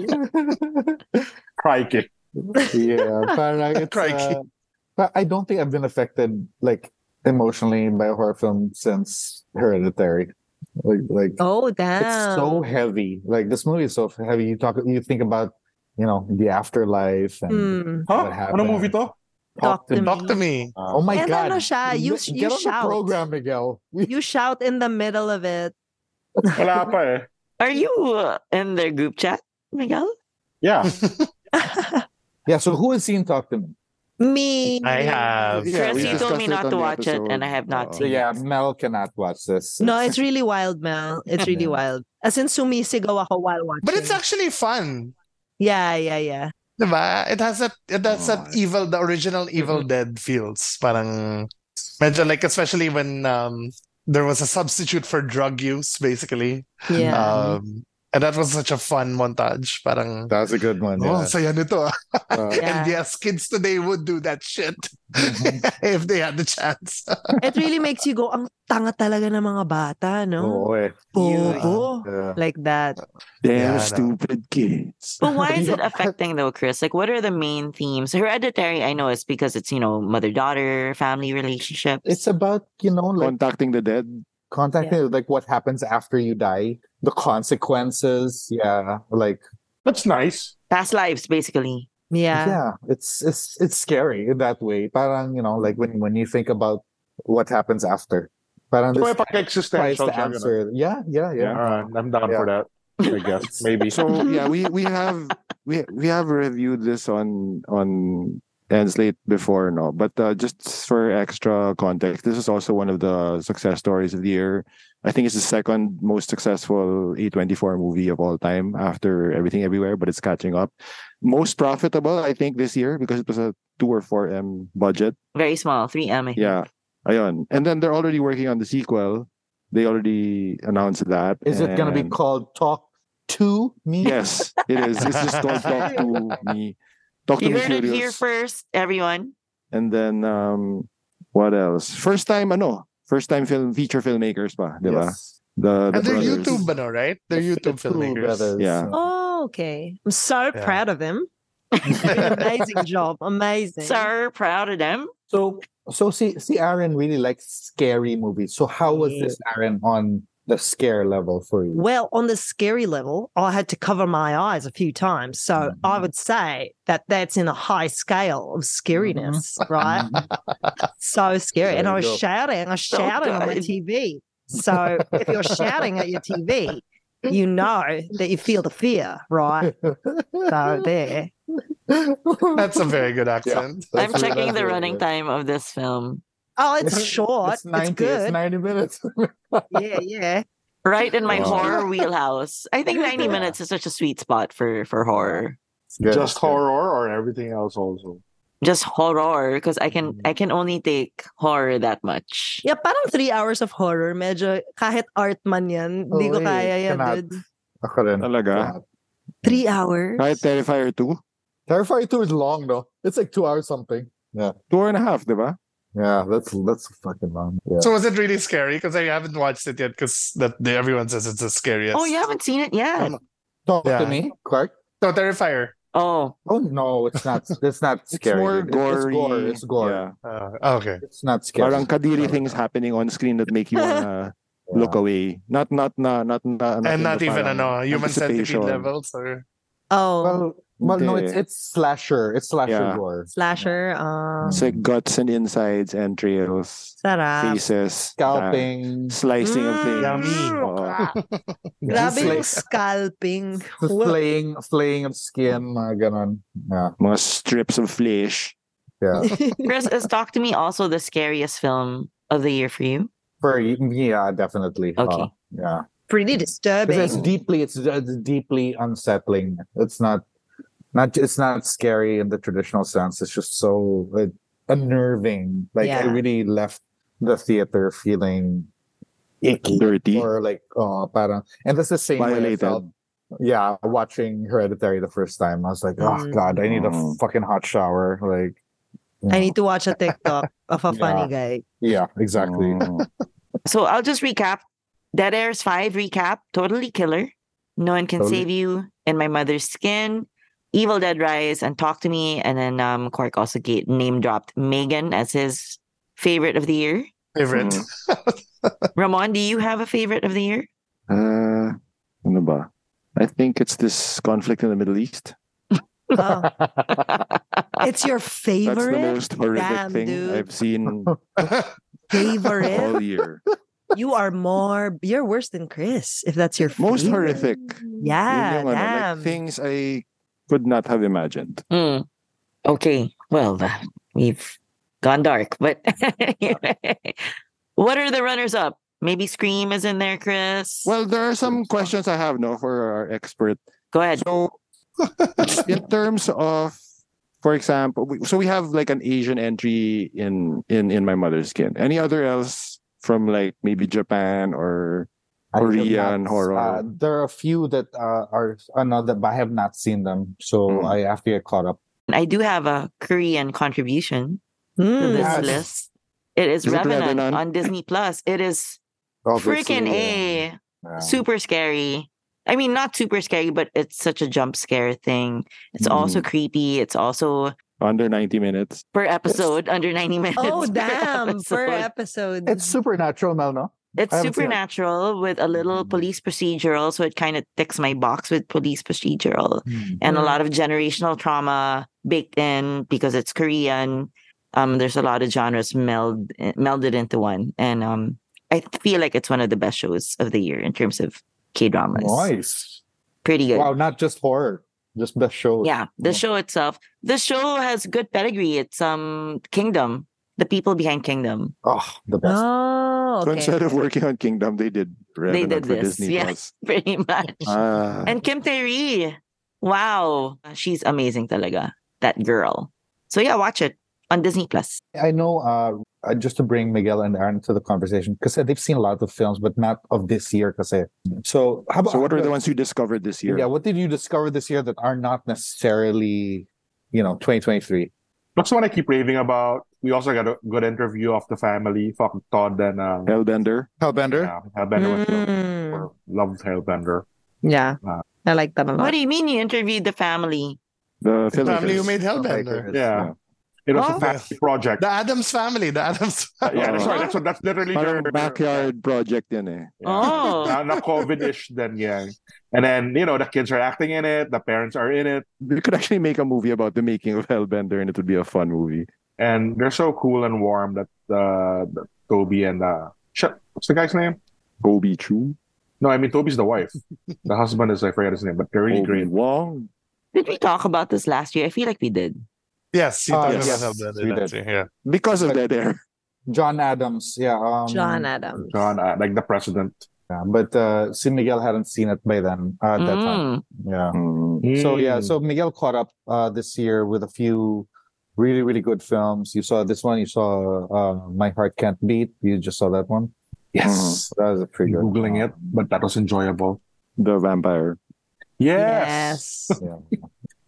S4: Crikey.
S6: yeah, parang it's,
S1: Crikey.
S6: uh, but I don't think I've been affected like emotionally by a horror film since Hereditary. Like, like
S5: Oh, damn.
S6: it's so heavy. Like this movie is so heavy. You talk, you think about, you know, the afterlife and
S5: Mm.
S4: Huh?
S6: What happened?
S4: Ano movie to?
S6: talk to me.
S1: Talk to me.
S6: Oh my
S5: Yeah, no,
S6: god!
S5: no, Shai, you-
S6: Get
S5: you
S6: on
S5: shout.
S6: the program, Miguel.
S5: You shout in the middle of it.
S4: Wala pa eh.
S3: Are you uh, in their group chat, Miguel?
S4: Yeah.
S6: Yeah. So who has seen Talk to Me?
S5: Me.
S1: I have.
S2: Yeah, we
S3: Chrissy told
S2: discussed
S3: me
S2: it
S3: not
S2: on
S3: to
S2: the
S3: watch it,
S2: episode.
S3: and
S2: Uh,
S3: I have not
S2: Uh-oh.
S6: So
S3: seen
S6: yeah,
S3: it.
S6: Mel cannot watch this.
S5: No, it's really wild, Mel. It's really
S6: Yeah.
S5: wild. As in sumisigaw ako while watching.
S1: But it's actually fun.
S5: Yeah, yeah, yeah.
S1: Diba? It has that it has that
S2: Alright.
S1: evil the original Evil Dead feels. Parang medyo like especially when um there was a substitute for drug use, basically.
S5: Yeah.
S1: Um and that was such a fun montage. Parang
S6: that's a good one.
S1: Oh,
S6: Yeah.
S1: ang saya nito. ah."
S6: Uh,
S5: Yeah.
S1: And yes, kids today would do that shit
S2: Mm-hmm.
S6: Mhm.
S1: if they had the chance.
S5: It really makes you go, ang tanga talaga ng mga bata, no?
S6: Oo, eh.
S5: Bobo.
S6: Yeah.
S5: like that.
S1: Yeah,
S2: They're
S1: no.
S2: stupid kids.
S3: But why is it affecting though, Chris? Like, what are the main themes? Hereditary, I know, it's because it's you know mother daughter, family relationships.
S6: It's about you know like
S2: Contacting the dead.
S6: contacting like what happens after you die, the consequences. Yeah, like
S4: That's nice.
S3: past lives, basically.
S6: yeah,
S5: Yeah.
S6: it's it's it's scary in that way. Parang you know like when when you think about what happens after. Parang
S4: Ito
S6: this
S4: ay pagka-existential.
S6: tries to
S4: siya, ganun.
S6: answer. Yeah, yeah,
S4: Yeah,
S6: yeah.
S4: alright. I'm down
S6: Yeah.
S4: for that. I guess. Maybe.
S2: So yeah, we we have we we have reviewed this on on Enslate before, no. But uh, just for extra context, this is also one of the success stories of the year. I think it's the second most successful A24 movie of all time after Everything Everywhere, but it's catching up. Most profitable, I think, this year because it was a two or four M budget.
S3: Very small, 3M. I
S6: Mm-hmm.
S3: think.
S2: Yeah. Ayun. And then they're already working on the sequel. They already announced that.
S6: Is it gonna be
S2: and-
S6: called Talk to Me?
S2: Yes, it is. It's just don't talk to me. Talk to
S3: You
S2: me
S3: heard it here
S2: curious.
S3: first, everyone.
S2: And then um what else? First time ano? First time film feature filmmakers pa, di ba?
S6: Yes.
S2: The, the
S1: and they're
S2: brothers.
S1: YouTube ba no, right? They're
S6: The
S1: YouTube
S6: two
S1: filmmakers.
S6: brothers,
S2: Yeah.
S5: Oh, okay. I'm so
S1: Yeah.
S5: proud of him. Amazing job. Amazing.
S3: Sir, proud of them.
S6: So so see see Aaron really likes scary movies. So how was this Aaron on the scare level for you?
S5: Well, on the scary level, I had to cover my eyes a few times. So I
S6: Mm-hmm.
S5: would say that that's in a high scale of
S6: Mm-hmm.
S5: scariness, right? so scary.
S6: There
S5: and I
S6: you
S5: was
S6: go.
S5: shouting, I was shouting on my
S3: good.
S5: TV. So if you're shouting at your TV, you know that you feel the fear, right? So there.
S1: That's a very good accent.
S3: I'm checking the running time of this film.
S5: Oh, it's
S6: It's-
S5: short. It's,
S6: It's 90,
S5: good.
S6: It's 90 minutes.
S5: yeah, yeah.
S3: Right in my
S2: Wow.
S3: horror wheelhouse. I think 90
S6: Yeah.
S3: minutes is such a sweet spot for for horror.
S6: Good,
S4: Just
S6: good.
S4: horror or everything else also?
S3: Just horror, because I can I can only take horror that much.
S5: Yeah, parang three hours of horror. Medyo kahit art man yan. Hindi
S6: Oh,
S5: ko
S6: eh,
S5: kaya yan,
S6: cannot.
S5: dude.
S6: Ako rin.
S2: Talaga?
S5: Three hours?
S2: Kahit Terrifier 2?
S6: Terrifier 2 is long though. It's like two hours something.
S2: Two and a half, di ba?
S6: Yeah, that's that's fucking long. Yeah.
S1: So was it really scary? Because I haven't watched it yet because that the, everyone says it's the scariest.
S3: Oh, you haven't seen it yet.
S6: Talk
S1: Yeah.
S6: to me, Clark.
S1: So Terrifier.
S3: Oh,
S6: Oh no, it's not. It's not scary.
S2: more
S6: It- it's
S2: gory.
S6: gore. It's gore.
S2: Yeah.
S1: Uh, okay.
S6: It's not scary.
S2: Parang kadiri things happening on screen that make you wanna
S6: Yeah.
S2: look away. Not not na not na not
S1: And
S2: in
S1: not
S2: the
S1: even
S2: parang
S1: ano, human centipede
S2: anticipation.
S1: levels or
S5: Oh,
S6: Well, well, no, it's
S2: Hindi.
S6: it's slasher. It's
S2: Yeah.
S6: slasher gore.
S5: slasher. Um,
S2: It's like guts and insides, entrails,
S5: shut
S3: Ah.
S5: up.
S2: faces, uh,
S6: Scalping.
S2: slicing
S5: Mm,
S2: of things. Oh,
S1: Yummy.
S2: Oo.
S5: Grabe yung
S6: Sla-
S5: scalping.
S6: the flaying, flaying of skin, mga ganon. Yeah,
S2: Mga strips of flesh.
S6: yeah.
S3: Chris, is Talk to Me also the scariest film of the year for you?
S6: For yeah, definitely.
S3: Okay.
S6: Uh, yeah,
S5: Pretty
S6: because
S5: disturbing.
S6: it's deeply, it's, it's deeply unsettling. It's not, not, it's not scary in the traditional sense. It's just so uh, unnerving. Like I
S5: Yeah.
S6: really left the theater feeling icky
S2: Dirty.
S6: or like oh, parang. And that's the same way I
S2: Violated.
S6: felt. Yeah, watching Hereditary the first time, I was like, oh
S5: Mm.
S6: god, I need a
S2: Mm.
S6: fucking hot shower. Like,
S5: I need to watch a TikTok of a funny guy.
S6: yeah, exactly.
S2: Mm.
S3: So I'll just recap. Dead Airs 5 recap, totally killer. No one can
S6: Totally.
S3: save you. In my mother's skin, Evil Dead Rise, and Talk to Me. And then um Quark also ga- name dropped Megan as his favorite of the year.
S1: favorite.
S2: Mm.
S3: Ramon, do you have a favorite of the year?
S2: Uh, ano ba? I think it's this conflict in the Middle East.
S5: Oh. it's your
S2: That's the
S5: favorite?
S2: most horrific
S5: Damn,
S2: thing
S5: dude.
S2: I've seen
S5: Favorite?
S2: all year.
S5: you are more, you're worse than Chris if that's your favorite.
S2: Most horrific.
S5: Yeah,
S2: Yun yung ano, like,
S5: Ah, damn.
S2: things I could not have imagined.
S3: Hmm. Okay. Well, uh, we've gone dark, but what are the runners up? Maybe Scream is in there, Chris.
S2: Well, there are some questions I have no for our expert.
S3: go ahead.
S2: So, in terms of, for example, we, so we have like an Asian entry in in in my mother's skin. Any other else from like maybe Japan or
S6: I have
S2: Korean
S6: not-
S2: horror.
S6: Uh, there are a few that uh, are another, but I have not seen them, so
S2: Mm.
S6: I have to get caught up.
S3: I do have a Korean contribution to
S5: Mm.
S3: this
S6: Yes.
S3: list. It is,
S2: Is it
S3: Revenant,
S2: Revenant?
S3: on Disney Plus. It is
S6: Obviously,
S3: freaking
S6: yeah.
S3: a
S6: Yeah.
S3: super scary. I mean, not super scary, but it's such a jump scare thing. It's
S6: Mm-hmm.
S3: also creepy. It's also
S2: under ninety minutes?
S3: per episode under ninety minutes.
S5: Oh,
S3: per
S5: damn. Per
S3: episode.
S5: episode.
S6: It's supernatural now, no?
S3: It's
S6: I haven't seen it.
S3: supernatural with a little
S6: Mm.
S3: police procedural, so it kind of ticks my box with police procedural
S6: Hmm.
S3: and a
S6: Mm-hmm.
S5: Mm.
S3: lot of generational trauma baked in because it's Korean. Um, there's a lot of genres meld melded into one, and um, I feel like it's one of the best shows of the year in terms of K dramas.
S6: Nice.
S3: Pretty good.
S6: Wow, not just horror, just best shows.
S3: Yeah, the
S6: Yeah.
S3: show itself. The show has good pedigree. It's um Kingdom, the people behind Kingdom.
S6: Oh, the best.
S5: Oh,
S2: So
S5: okay.
S2: instead of working on Kingdom, they did Revenant
S3: did
S2: for
S3: this,
S2: Disney
S3: yeah.
S2: Plus.
S3: Pretty much.
S6: Uh-huh.
S2: Ah,
S3: And Kim Tae-ri. Wow. She's amazing talaga. That girl. So yeah, watch it on Disney Plus.
S6: I know. Uh, uh, just to bring Miguel and Aaron to the conversation because they've seen a lot of films, but not of this year. Because so, how about
S2: so what are the ones you discovered this year?
S6: Yeah, what did you discover this year that are not necessarily, you know, 2023?
S4: That's the one I keep raving about. We also got a good interview of the family. Fuck Todd and uh,
S2: Hellbender.
S6: Hellbender.
S4: yeah, Hellbender was
S5: Mm.
S4: loved Hellbender.
S5: Yeah.
S4: Wow.
S5: I like that a lot.
S3: What do you mean you interviewed the family?
S2: The
S1: The family who
S2: filmmakers.
S1: made Hellbender.
S6: Filmmakers,
S4: Yeah. It was
S1: Oh.
S4: a family project.
S1: The Adams family. The Adams
S4: Uh, yeah, that's
S2: Oh.
S4: right. That's, that's literally
S2: Parang
S4: their-
S2: backyard project yun eh.
S4: Yeah.
S3: Oh.
S4: Na, na COVID-ish then, yeah. And then, you know, the kids are acting in it, the parents are in it,
S2: We could actually make a movie about the making of Hellbender and it would be a fun movie.
S4: and they're so cool and warm that uh that Toby and uh shit, what's the guy's name?
S2: Kobe Chu.
S4: No, I mean Toby's the wife. The husband is I forget his name, but they're really
S2: Kobe
S4: great.
S2: Wong.
S3: Did we talk about this last year? I feel like we did.
S1: Yes, you
S6: Uh,
S1: talked
S6: yes,
S1: about
S6: we
S1: Hellbender. that's it, Yeah.
S2: Because of that air.
S6: John Adams, yeah. Um,
S5: John Adams.
S4: John, uh, like the president.
S6: yeah, but uh, see, Miguel hadn't seen it by then uh, at that time.
S3: Mm.
S6: Yeah.
S2: Mm.
S6: So yeah,
S4: Hmm.
S6: so Miguel caught up uh, this year with a few really really good films. You saw this one. You saw uh, My Heart Can't Beat. You just saw that one. Mm-hmm.
S4: yes.
S6: That was a pretty good.
S4: Googling it, but that was enjoyable.
S2: The vampire.
S4: Yes.
S5: Yes.
S6: Yeah.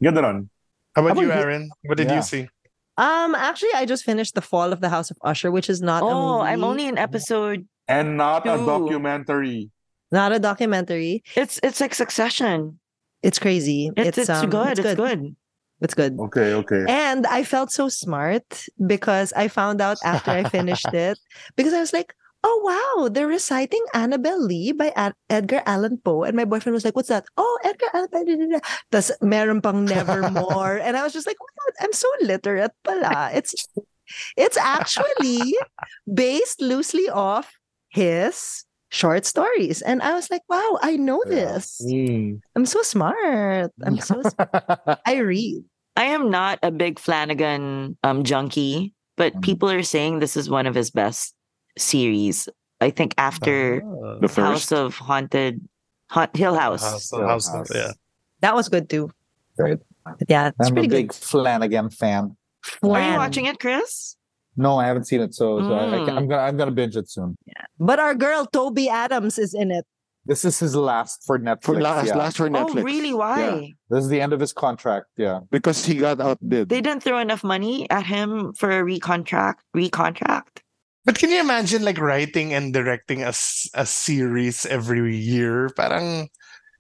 S4: Get that on.
S1: How
S6: How
S1: about you,
S6: about you-
S1: Aaron? What did
S6: Yeah.
S1: you see?
S5: Um, actually, I just finished The Fall of the House of Usher, which is not a
S3: Oh,
S5: movie,
S3: I'm only in episode.
S4: And not a
S3: Two.
S4: documentary.
S5: not a documentary.
S3: It's it's like Succession.
S5: It's crazy.
S3: It's, it's,
S5: um,
S3: good. It's good.
S5: It's good.
S4: Okay, okay.
S5: And I felt so smart because I found out after I finished it because I was like, oh, wow, they're reciting Annabelle Lee by Ad- Edgar Allan Poe. And my boyfriend was like, what's that? Oh, Edgar Allan Poe. Tapos meron pang Nevermore. and I was just like, oh my God, I'm so literate pala. It's, it's actually based loosely off his short stories. And I was like, wow, I know this.
S1: Mm.
S5: I'm so smart. I'm so smart. I read.
S3: I am not a big Flanagan um junkie, but
S6: Mm.
S3: people are saying this is one of his best series. I think after
S1: Ah.
S6: Uh,
S2: The first.
S3: House of Haunted Haunt, Hill House.
S1: House,
S6: Yeah,
S1: house,
S6: house.
S1: yeah.
S5: That was good too.
S6: Right.
S5: But yeah, it's
S6: I'm a
S5: pretty
S6: big
S5: good.
S6: Flanagan fan.
S3: Are
S5: Flan.
S3: you watching it, Chris?
S6: No, I haven't seen it, so, so I,
S3: Mm.
S6: I, am gonna I'm gonna binge it soon.
S5: But our girl Toby Adams is in it.
S6: This is his last for Netflix.
S2: For last,
S6: yeah.
S2: last for Netflix.
S3: Oh, really? Why?
S6: This is the end of his contract. Yeah.
S2: Because he got outbid.
S3: They didn't throw enough money at him for a recontract. Recontract.
S1: But can you imagine like writing and directing a, s- a series every year? Parang,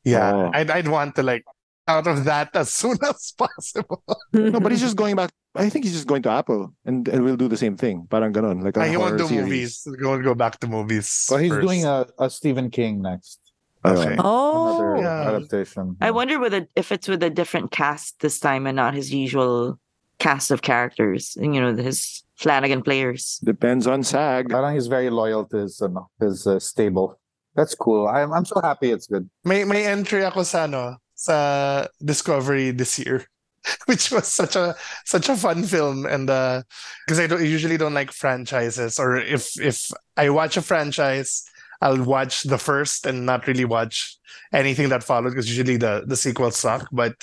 S1: yeah,
S2: Oh.
S1: I'd, I'd want to like out of that as soon as possible.
S2: No, but he's just going back. I think he's just going to Apple and, and we'll do the same thing. Parang ganon. Like a
S1: I Ah, you
S2: horror
S1: want to do
S2: series.
S1: movies. You want to go back to movies.
S6: Well, he's
S1: first.
S6: doing a, a Stephen King next.
S2: Okay.
S5: oh,
S6: Another
S1: yeah.
S6: adaptation.
S3: I wonder whether if it's with a different cast this time and not his usual cast of characters. You know, his Flanagan players.
S2: Depends on
S1: Ah,
S2: SAG.
S6: Parang he's very loyal to his ano, his uh, stable. That's cool. I'm I'm so happy it's good.
S1: May may entry ako sa ano, sa Discovery this year, which was such a such a fun film and because I, don't, I usually don't like franchises or if if I watch a franchise, I'll watch the first and not really watch anything that followed because usually the the sequels suck. But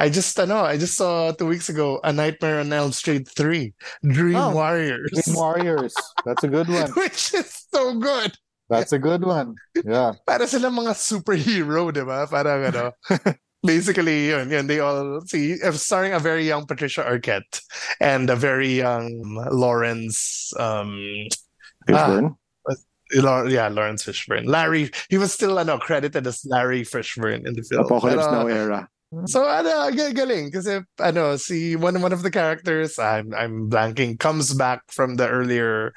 S1: I just I know I just saw two weeks ago A Nightmare on Elm Street three, Dream
S5: Oh.
S1: Warriors,
S6: Dream Warriors. That's a good one.
S1: which is so good.
S6: That's a good one. Yeah.
S1: para sila mga superhero, di ba? Parang ano. basically, yun, yun, they all see, uh, starring a very young Patricia Arquette and a very young Lawrence, um,
S2: Fishburne.
S1: Lau- yeah, Lawrence Fishburne. Larry, he was still ano, credited as Larry Fishburne in the film.
S2: Apocalypse
S1: Pero-
S2: Now era.
S1: So ano, g- galing kasi ano si one one of the characters I'm I'm blanking comes back from the earlier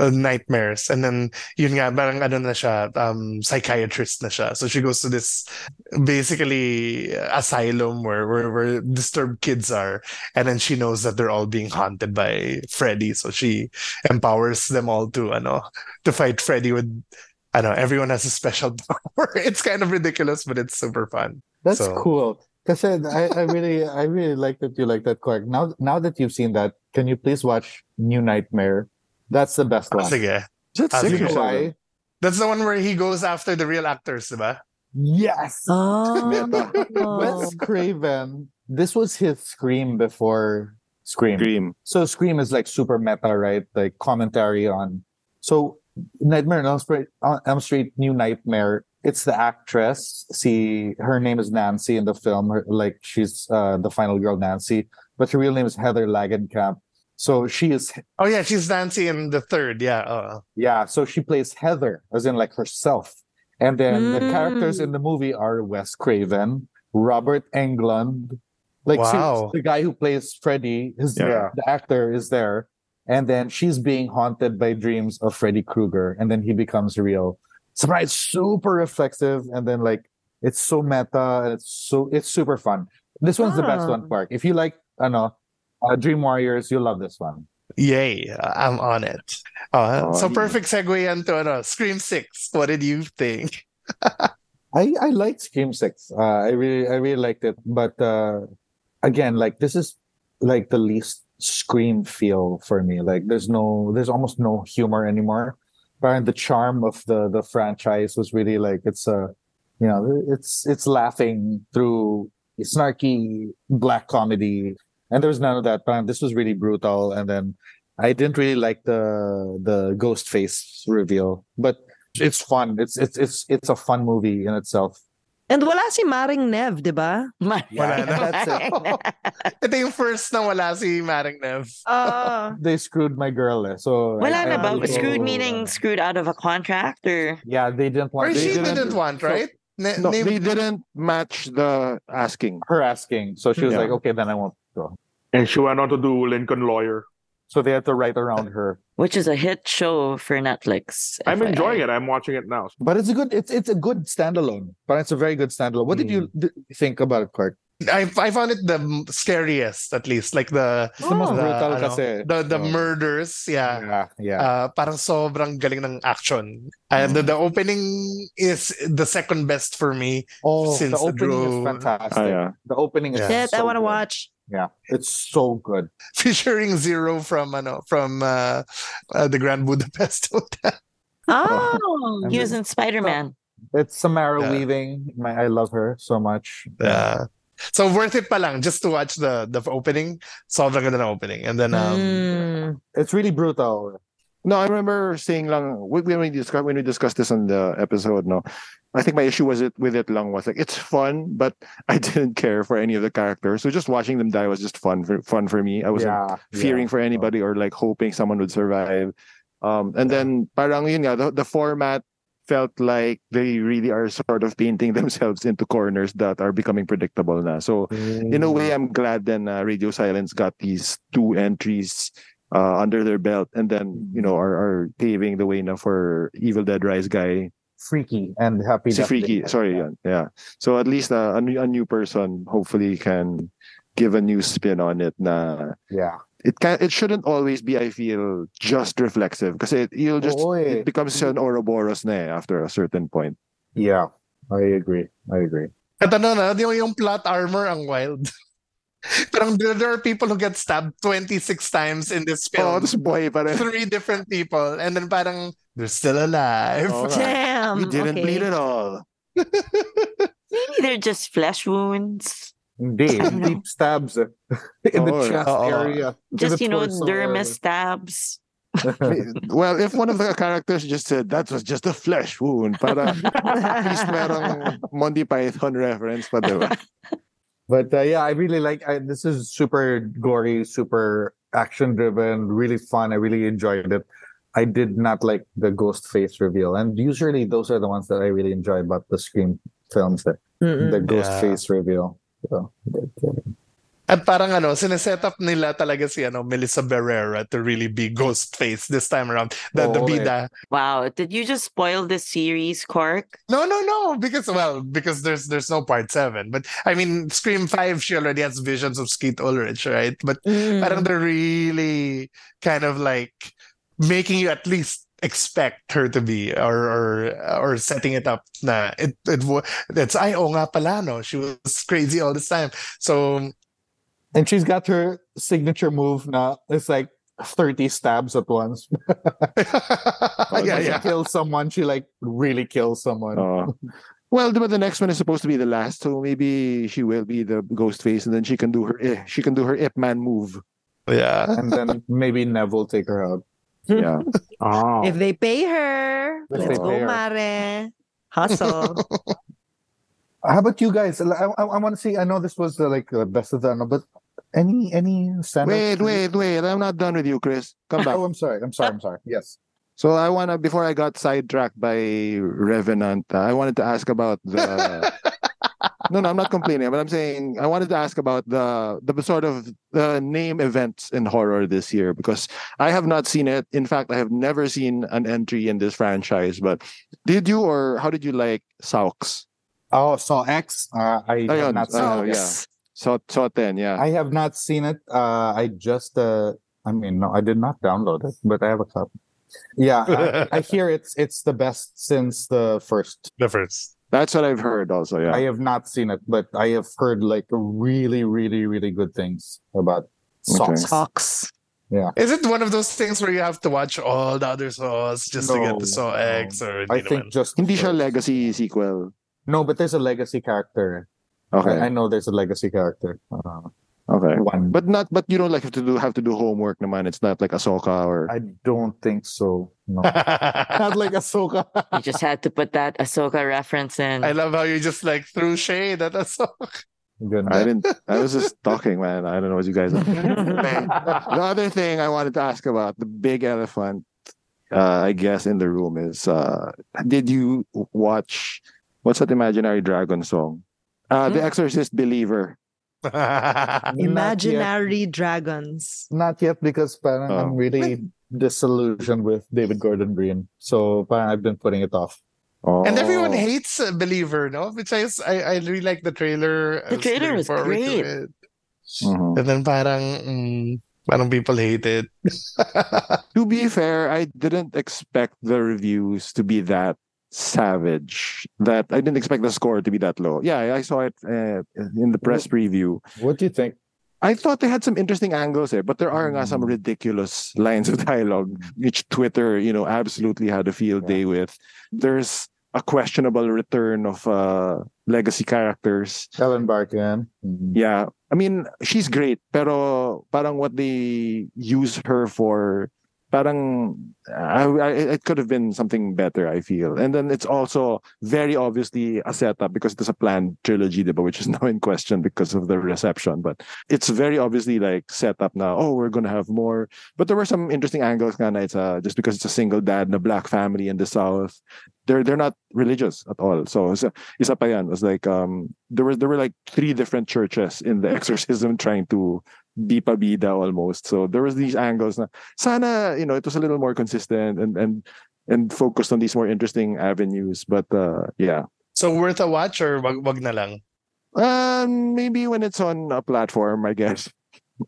S1: uh, nightmares and then yun nga parang ano na siya um psychiatrist na siya. So she goes to this basically uh, asylum where, where where disturbed kids are and then she knows that they're all being haunted by Freddy so she empowers them all to ano to fight Freddy with I know everyone has a special power. It's kind of ridiculous, but it's super fun.
S6: That's
S1: So-
S6: cool. Because I, I really I really like that you like that Clark. Now now that you've seen that, can you please watch New Nightmare? That's the best one.
S1: Sige.
S2: Is that
S1: Ah,
S2: six
S1: sige.
S2: or
S1: That's
S6: Why?
S2: seven?
S1: That's the one where he goes after the real actors, diba?
S6: Yes.
S5: oh,
S6: Wes Craven. This was his Scream before Scream.
S2: Dream.
S6: So Scream is like super meta, right? Like commentary on. So Nightmare on Elm Street, on Elm Street, New Nightmare. It's the actress. See, her name is Nancy in the film. Her, like she's uh, the final girl, Nancy, but her real name is Heather Lagenkamp. So she is,
S1: Oh yeah, she's Nancy in the third. Yeah. Uh,
S6: yeah. So she plays Heather, as in like herself. And then the
S5: Mm.
S6: characters in the movie are Wes Craven, Robert Englund, like
S1: Wow.
S6: seriously, the guy who plays Freddy. His
S2: Yeah.
S4: Yeah.
S6: the actor is there and then she's being haunted by dreams of freddy krueger and then he becomes real surprise super reflexive and then like it's so meta and it's so it's super fun this one's the best
S5: Ah.
S6: one park if you like i know uh, dream warriors you'll love this one
S1: yay, I'm on it. Uh,
S2: Oh,
S1: so
S2: yeah.
S1: perfect segue into ano, Scream 6. What did you think?
S6: i i liked scream six uh, i really i really liked it but uh again like this is like the least scream feel for me like there's no there's almost no humor anymore but the charm of the the franchise was really like it's a you know it's it's laughing through snarky black comedy and there was none of that but this was really brutal and then i didn't really like the the ghost face reveal but it's fun it's it's it's it's a fun movie in itself
S5: and wala si Maring Nev, di ba?
S3: My-
S1: Wala na.
S6: That's it.
S1: Ito yung first na wala si Maring Nev.
S5: Uh,
S6: they screwed my girl eh. so
S3: Wala na ba?
S6: feel- Oh.
S3: Screwed meaning screwed out of a contract or
S6: yeah they didn't
S1: Or
S6: want they
S1: she didn't,
S6: didn't-
S1: want, right? Na-
S2: No,
S1: name-
S2: they didn't match the asking.
S6: her asking. So she was
S2: Yeah.
S6: like, okay, then I won't go.
S4: And she went on to do Lincoln Lawyer.
S6: So they had to write around her.
S3: which is a hit show for Netflix.
S4: I'm enjoying it. I'm watching it now.
S6: But it's a good, it's it's a good standalone. But it's a very good standalone. What did you d- think about it, Kurt?
S1: I, I found it the scariest, at least. Like the
S6: It's the
S3: Oh.
S6: most
S1: the,
S6: brutal
S1: ano,
S6: kasi.
S1: the, the
S6: Oh.
S1: murders, yeah.
S6: Yeah, yeah.
S1: Uh, parang sobrang galing ng action. Uh, the, the opening is the second best for me.
S6: oh,
S1: since
S6: the
S1: the
S6: opening
S1: drone-
S6: is fantastic.
S2: Ah, yeah.
S6: The opening is
S1: Yeah.
S5: Shit, I
S6: so
S5: want to
S6: good.
S5: watch.
S6: Yeah, it's so good.
S1: Featuring Zero from ano, from uh, uh, the Grand Budapest Hotel.
S3: Oh,
S6: I'm
S3: he was
S6: just-
S3: in Spider Man.
S6: It's Samara
S1: Yeah.
S6: Weaving. My, I love her so much.
S1: Yeah. So worth it palang just to watch the the opening. Sobrang ganda ng opening. And then um,
S3: Oh.
S5: Mm.
S6: It's really brutal.
S2: No, I remember saying lang when when we discuss when we discussed this on the episode. No, I think my issue was it with it lang was like it's fun, but I didn't care for any of the characters. So just watching them die was just fun for fun for me. I wasn't
S6: yeah,
S2: fearing for anybody or like hoping someone would survive. Um, and then parang yun nga, the, the format felt like they really are sort of painting themselves into corners that are becoming predictable na. So in
S6: Mm.
S2: a way, I'm glad then uh, Radio Silence got these two entries uh, under their belt, and then you know are, are paving the way now for Evil Dead Rise guy,
S6: freaky and happy.
S2: si
S6: Death Day.
S2: Freaky. Sorry, yeah. yeah. So at least uh, a, new, a new person hopefully can give a new spin on it. Na
S6: Yeah.
S2: it can it shouldn't always be. I feel just reflexive because it you'll just
S6: Oo eh.
S2: it becomes an Ouroboros na eh, after a certain point.
S6: Yeah, I agree. I agree.
S1: At ano na, yung, yung plot armor ang wild. Parang there, there are people who get stabbed 26 times in this
S2: Oh,
S1: film.
S2: this boy, parang
S1: Three different people. And then parang, they're still alive.
S2: Oh, right.
S5: Damn.
S2: you didn't
S5: okay.
S2: bleed at all.
S3: Maybe they're just flesh wounds.
S6: Indeed,
S3: don't know.
S6: deep stabs eh. in the
S2: Oo,
S6: chest
S1: oo.
S6: area. in
S3: Just
S6: the
S3: you know,
S6: torso
S3: dermis stabs.
S6: area.
S2: well, if one of the characters just said that was just a flesh wound, para at least merong Monty Python reference pa, di ba?
S6: but uh, yeah, I really like. I, this is super gory, super action driven, really fun. I really enjoyed it. I did not like the ghost face reveal, and usually those are the ones that I really enjoy about the scream films. That
S5: Mm-mm.
S6: the ghost
S1: Yeah.
S6: face reveal. So, but, uh,
S1: At parang ano, sineset up nila talaga si ano, Melissa Barrera to really be Ghostface this time around. The, the
S2: Oh,
S6: Oo eh.
S1: bida.
S3: Wow, did you just spoil this series, Cork?
S1: No, no, no. Because, well, because there's there's no part seven. But, I mean, Scream 5, she already has visions of Skeet Ulrich, right? But
S5: Mm.
S3: Mm-hmm.
S1: parang they're really kind of like making you at least expect her to be or or or setting it up na it it wa- that's ay oh nga pala no she was crazy all this time so
S6: and she's got her signature move now. It's like thirty stabs at once.
S1: yeah
S6: Like,
S1: yeah
S6: She kills someone. She like really kills someone.
S2: Oo. well, but the next one is supposed to be the last, so maybe she will be the ghost face, and then she can do her eh, she can do her Ip Man move.
S1: yeah
S6: and then maybe Neville take her out.
S2: Yeah,
S4: Oh.
S5: If they pay her,
S6: If
S5: let's
S6: they
S5: go,
S6: pay her.
S5: Mare. Hustle.
S6: How about you guys? I, I, I want to see. I know this was uh, like uh, best of the ano, but any any standout?
S2: wait, wait, wait! I'm not done with you, Chris. Come back.
S6: Oh, I'm sorry. I'm sorry. I'm sorry. Yes.
S2: So I wanna before I got sidetracked by Revenant, uh, I wanted to ask about the. no, no, I'm not complaining, but I'm saying I wanted to ask about the the sort of the name events in horror this year because I have not seen it. In fact, I have never seen an entry in this franchise. But did you or how did you like Sauks?
S6: Oh, Saw X. Uh, I
S2: Ayun,
S6: have not seen.
S2: ayun,
S6: it.
S2: yeah. Saw Saw Ten, yeah.
S6: I have not seen it. Uh, I just. Uh, I mean, no, I did not download it, but I have a copy. Yeah, I, I hear it's it's the best since the first.
S1: the first
S2: That's what I've heard. Also, yeah.
S6: I have not seen it, but I have heard like really, really, really good things about Saw.
S2: Okay.
S6: X.
S5: Socks.
S1: is it one of those things where you have to watch all the other saws just to get
S6: No,
S1: the saw
S6: no.
S1: x or
S6: I
S1: hindi
S6: think
S1: naman.
S6: just
S2: Hindi siya
S6: first.
S2: legacy sequel.
S6: No, but there's a legacy character. I, I
S2: Okay,
S6: know there's a legacy character. Uh,
S2: okay.
S6: one,
S2: But
S6: but
S2: not, but you don't like have to do have to do homework, naman. It's not like Ahsoka or
S6: I don't think so. No, not like Ahsoka.
S3: You just had to put that Ahsoka reference in.
S1: I love how you just like threw shade at us all.
S6: Goodness.
S2: I didn't. I was just talking, man. I don't know what you guys. the other thing I wanted to ask about the big elephant, uh, I guess, in the room is: uh, Did you watch what's that imaginary dragon song? Uh, The Exorcist Believer.
S5: Imaginary dragons.
S6: Not yet because parang
S2: Oh.
S6: I'm really disillusioned with David Gordon Green. So parang I've been putting it off.
S2: Oh.
S1: And everyone hates uh, Believer, no? Which I, s- I, I really like the trailer. I
S3: The trailer
S1: looking
S3: was
S1: forward to
S3: great.
S1: it.
S2: Mhm.
S1: And then parang, mm, parang people hate it.
S2: To be fair, I didn't expect the reviews to be that savage. That I didn't expect the score to be that low. Yeah, I- I saw it uh, in the press preview.
S6: What do you think?
S2: I thought they had some interesting angles there, but there are nga some ridiculous lines of dialogue, which Twitter, you know, absolutely had a field day with. There's a questionable return of uh, legacy characters.
S6: Ellen Barkin. Mhm.
S2: Yeah. I mean, she's great, pero parang what they use her for, parang I, I, it could have been something better, I feel. And then it's also very obviously a setup because there's a planned trilogy, diba, which is now in question because of the reception. But it's very obviously like set up now. Oh, we're gonna have more. But there were some interesting angles, nga na it's uh, just because it's a single dad and a black family in the south. They're they're not religious at all. So it's isa pa yan. It was like um there was there were like three different churches in the exorcism trying to be pabida almost. So there was these angles na sana you know it was a little more consistent and and and focused on these more interesting avenues. But uh yeah.
S1: so worth a watch or wag, wag na lang?
S2: Um maybe when it's on a platform, I guess.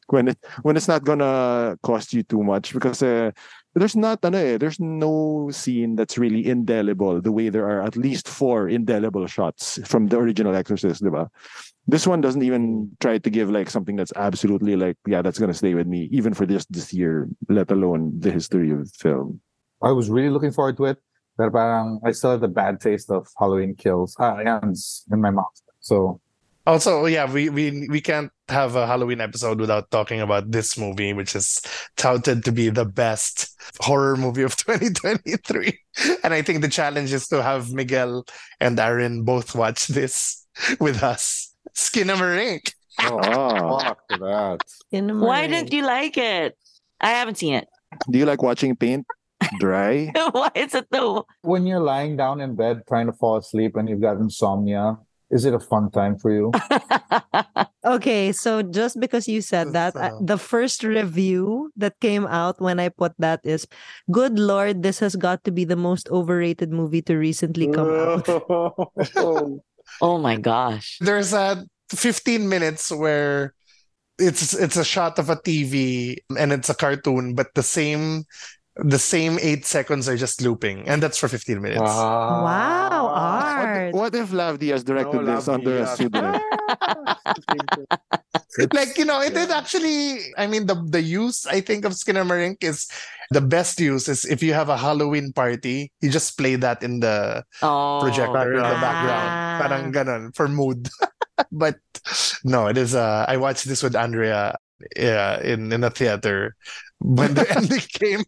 S2: When it when it's not gonna cost you too much because uh, there's not ano eh, there's no scene that's really indelible the way there are at least four indelible shots from the original Exorcist, diba? This one doesn't even try to give like something that's absolutely like yeah that's gonna stay with me even for just this year, let alone the history of film.
S6: I was really looking forward to it, but parang I still have the bad taste of Halloween kills uh, hands in my mouth. So
S1: Also, yeah, we, we we can't have a Halloween episode without talking about this movie, which is touted to be the best horror movie of 2023. And I think the challenge is to have Miguel and Aaron both watch this with us. Skin of a rink.
S4: Oh.
S2: Ah.
S6: fuck that.
S5: In
S3: Why didn't you like it? I haven't seen it.
S2: Do you like watching paint dry?
S3: Why is it the
S6: When you're lying down in bed trying to fall asleep and you've got insomnia, is it a fun time for you?
S5: Okay, so just because you said that, I-
S1: So-
S5: the first review that came out when I put that is, "Good Lord, this has got to be the most overrated movie to recently come out."
S3: Oh my gosh.
S1: There's a 15 minutes where it's it's a shot of a TV and it's a cartoon, but the same the same eight seconds are just looping, and that's for 15 minutes.
S5: Wow,
S1: Ah,
S5: art.
S2: What if Lav Diaz directed
S4: No,
S2: this
S4: Lav
S2: under a
S4: Diaz.
S2: pseudonym?
S1: like you know it is actually i mean the the use i think of skinner marink is the best use is if you have a halloween party you just play that in the
S3: Oh.
S1: projector in the
S5: Background.
S1: background
S5: Ah.
S1: parang ganun, for mood but no it is uh i watched this with andrea yeah, in in a theater when the ending came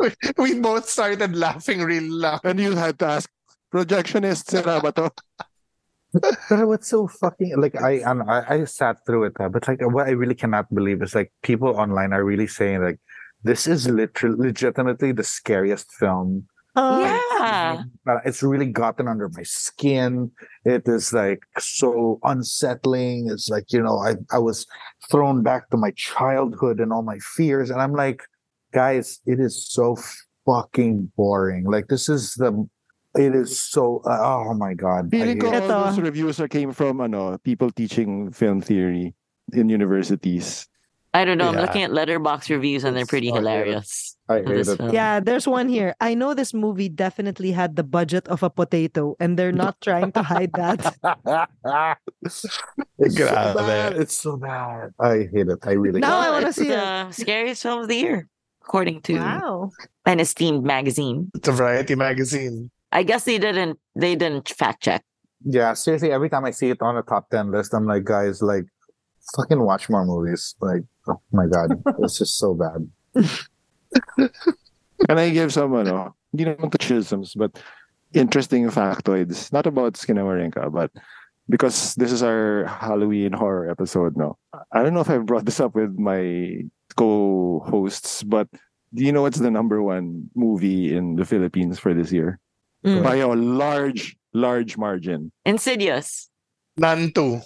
S1: we, we both started laughing real loud
S2: And you had to ask, projectionist, sila ba to?
S6: But what's so fucking like I I, don't know, I I sat through it, uh, but like what I really cannot believe is like people online are really saying like this is literally legitimately the scariest film.
S5: Oh,
S3: Yeah.
S6: Uh, It's really gotten under my skin. It is like so unsettling. It's like you know I I was thrown back to my childhood and all my fears, and I'm like, guys, it is so fucking boring. Like this is the it is so uh, oh my god. I
S2: Feeling
S6: hate
S2: ko all
S6: it.
S5: Ito.
S2: those reviews are came from ano, people teaching film theory in universities.
S3: I don't know. I'm
S1: Yeah.
S3: looking at letterbox reviews and they're
S6: It's
S3: pretty
S6: so good.
S3: hilarious.
S6: I
S3: for
S6: hate
S3: this
S6: it.
S3: film.
S5: Yeah, there's one here. I know this movie definitely had the budget of a potato, and they're not trying to hide that.
S6: it's
S1: Get
S6: so
S1: out of there.
S6: bad. It's so bad. I hate it. I really
S5: Now
S3: Well,
S5: Oh, I
S6: hate
S5: wanna
S3: it's
S5: see it.
S3: the scariest film of the year, according to
S5: wow.
S3: an esteemed magazine.
S1: it's a variety magazine
S3: I guess they didn't. They didn't fact check.
S6: it. Yeah, seriously, every time I see it on a top 10 list, I'm like, guys, like, fucking watch more movies. Like, oh my God, this is so bad.
S2: Can I give some, ano, hindi naman to chisms, but interesting factoids. Not about Skinawarinka, but because this is our Halloween horror episode, no? I don't know if I've brought this up with my co-hosts, but do you know what's the number one movie in the Philippines for this year?
S5: Mm.
S2: by a large, large margin.
S3: Insidious.
S1: None too.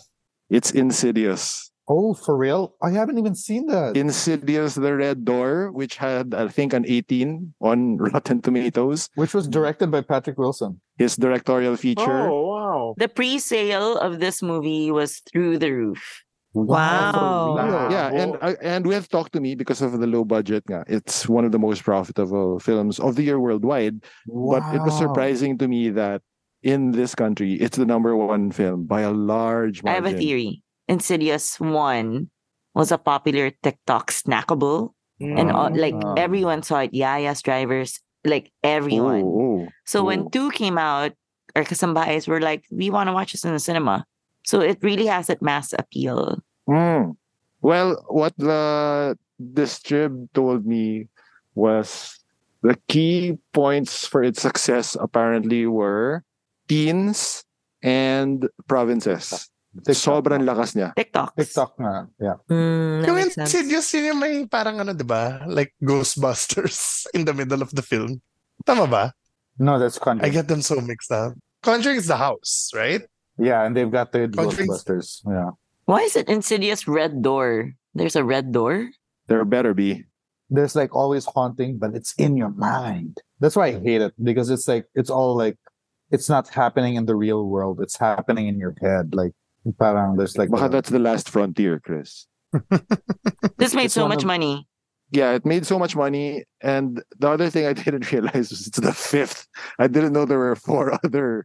S2: It's Insidious.
S6: Oh, for real? I haven't even seen that.
S2: Insidious The Red Door, which had, I think, an 18 on Rotten Tomatoes,
S6: Which was directed by Patrick Wilson.
S2: his directorial feature.
S4: Oh wow.
S3: The pre-sale of this movie was through the roof.
S5: Wow.
S6: For real?
S2: Yeah, and I and with Talk to Me because of the low budget. nga, It's one of the most profitable films of the year worldwide. But it was
S6: Wow.
S2: surprising to me that in this country, it's the number one film by a large margin.
S3: I have a theory. Insidious 1 was a popular TikTok snackable and all, like
S6: Ah.
S3: everyone saw it. Yaya's drivers, like everyone.
S2: Oh, oh.
S3: So
S2: Oh.
S3: when 2 came out, our kasambayas were like, we want to watch this in the cinema. So it really has that mass appeal.
S2: Mm. Well, what the distrib told me was the key points for its success apparently were teens and provinces. Sobrang lakas niya.
S3: TikToks.
S6: TikTok nga. Yeah.
S5: Mm, that
S1: Yung
S5: makes sense.
S1: Insidious yun yung may parang ano, di ba? Like Ghostbusters in the middle of the film. Tama ba?
S6: No, that's
S1: I
S6: Conjuring.
S1: get them so mixed up. Conjuring is the house, right?
S6: Yeah, and they've got the
S1: Conjuring.
S6: Ghostbusters. Yeah.
S3: Why is it Insidious Red Door? There's a red door?
S2: There better be.
S6: There's like always haunting, but it's in your mind. That's why I hate it because it's like it's all like it's not happening in the real world. It's happening in your head. Like parang there's like
S2: Baka
S6: a-
S2: that's the last frontier, Chris.
S3: This made
S6: It's
S3: so
S6: one
S3: much
S6: of-
S3: money.
S2: Yeah, it made so much money. And the other thing I didn't realize was it's the fifth. I didn't know there were four other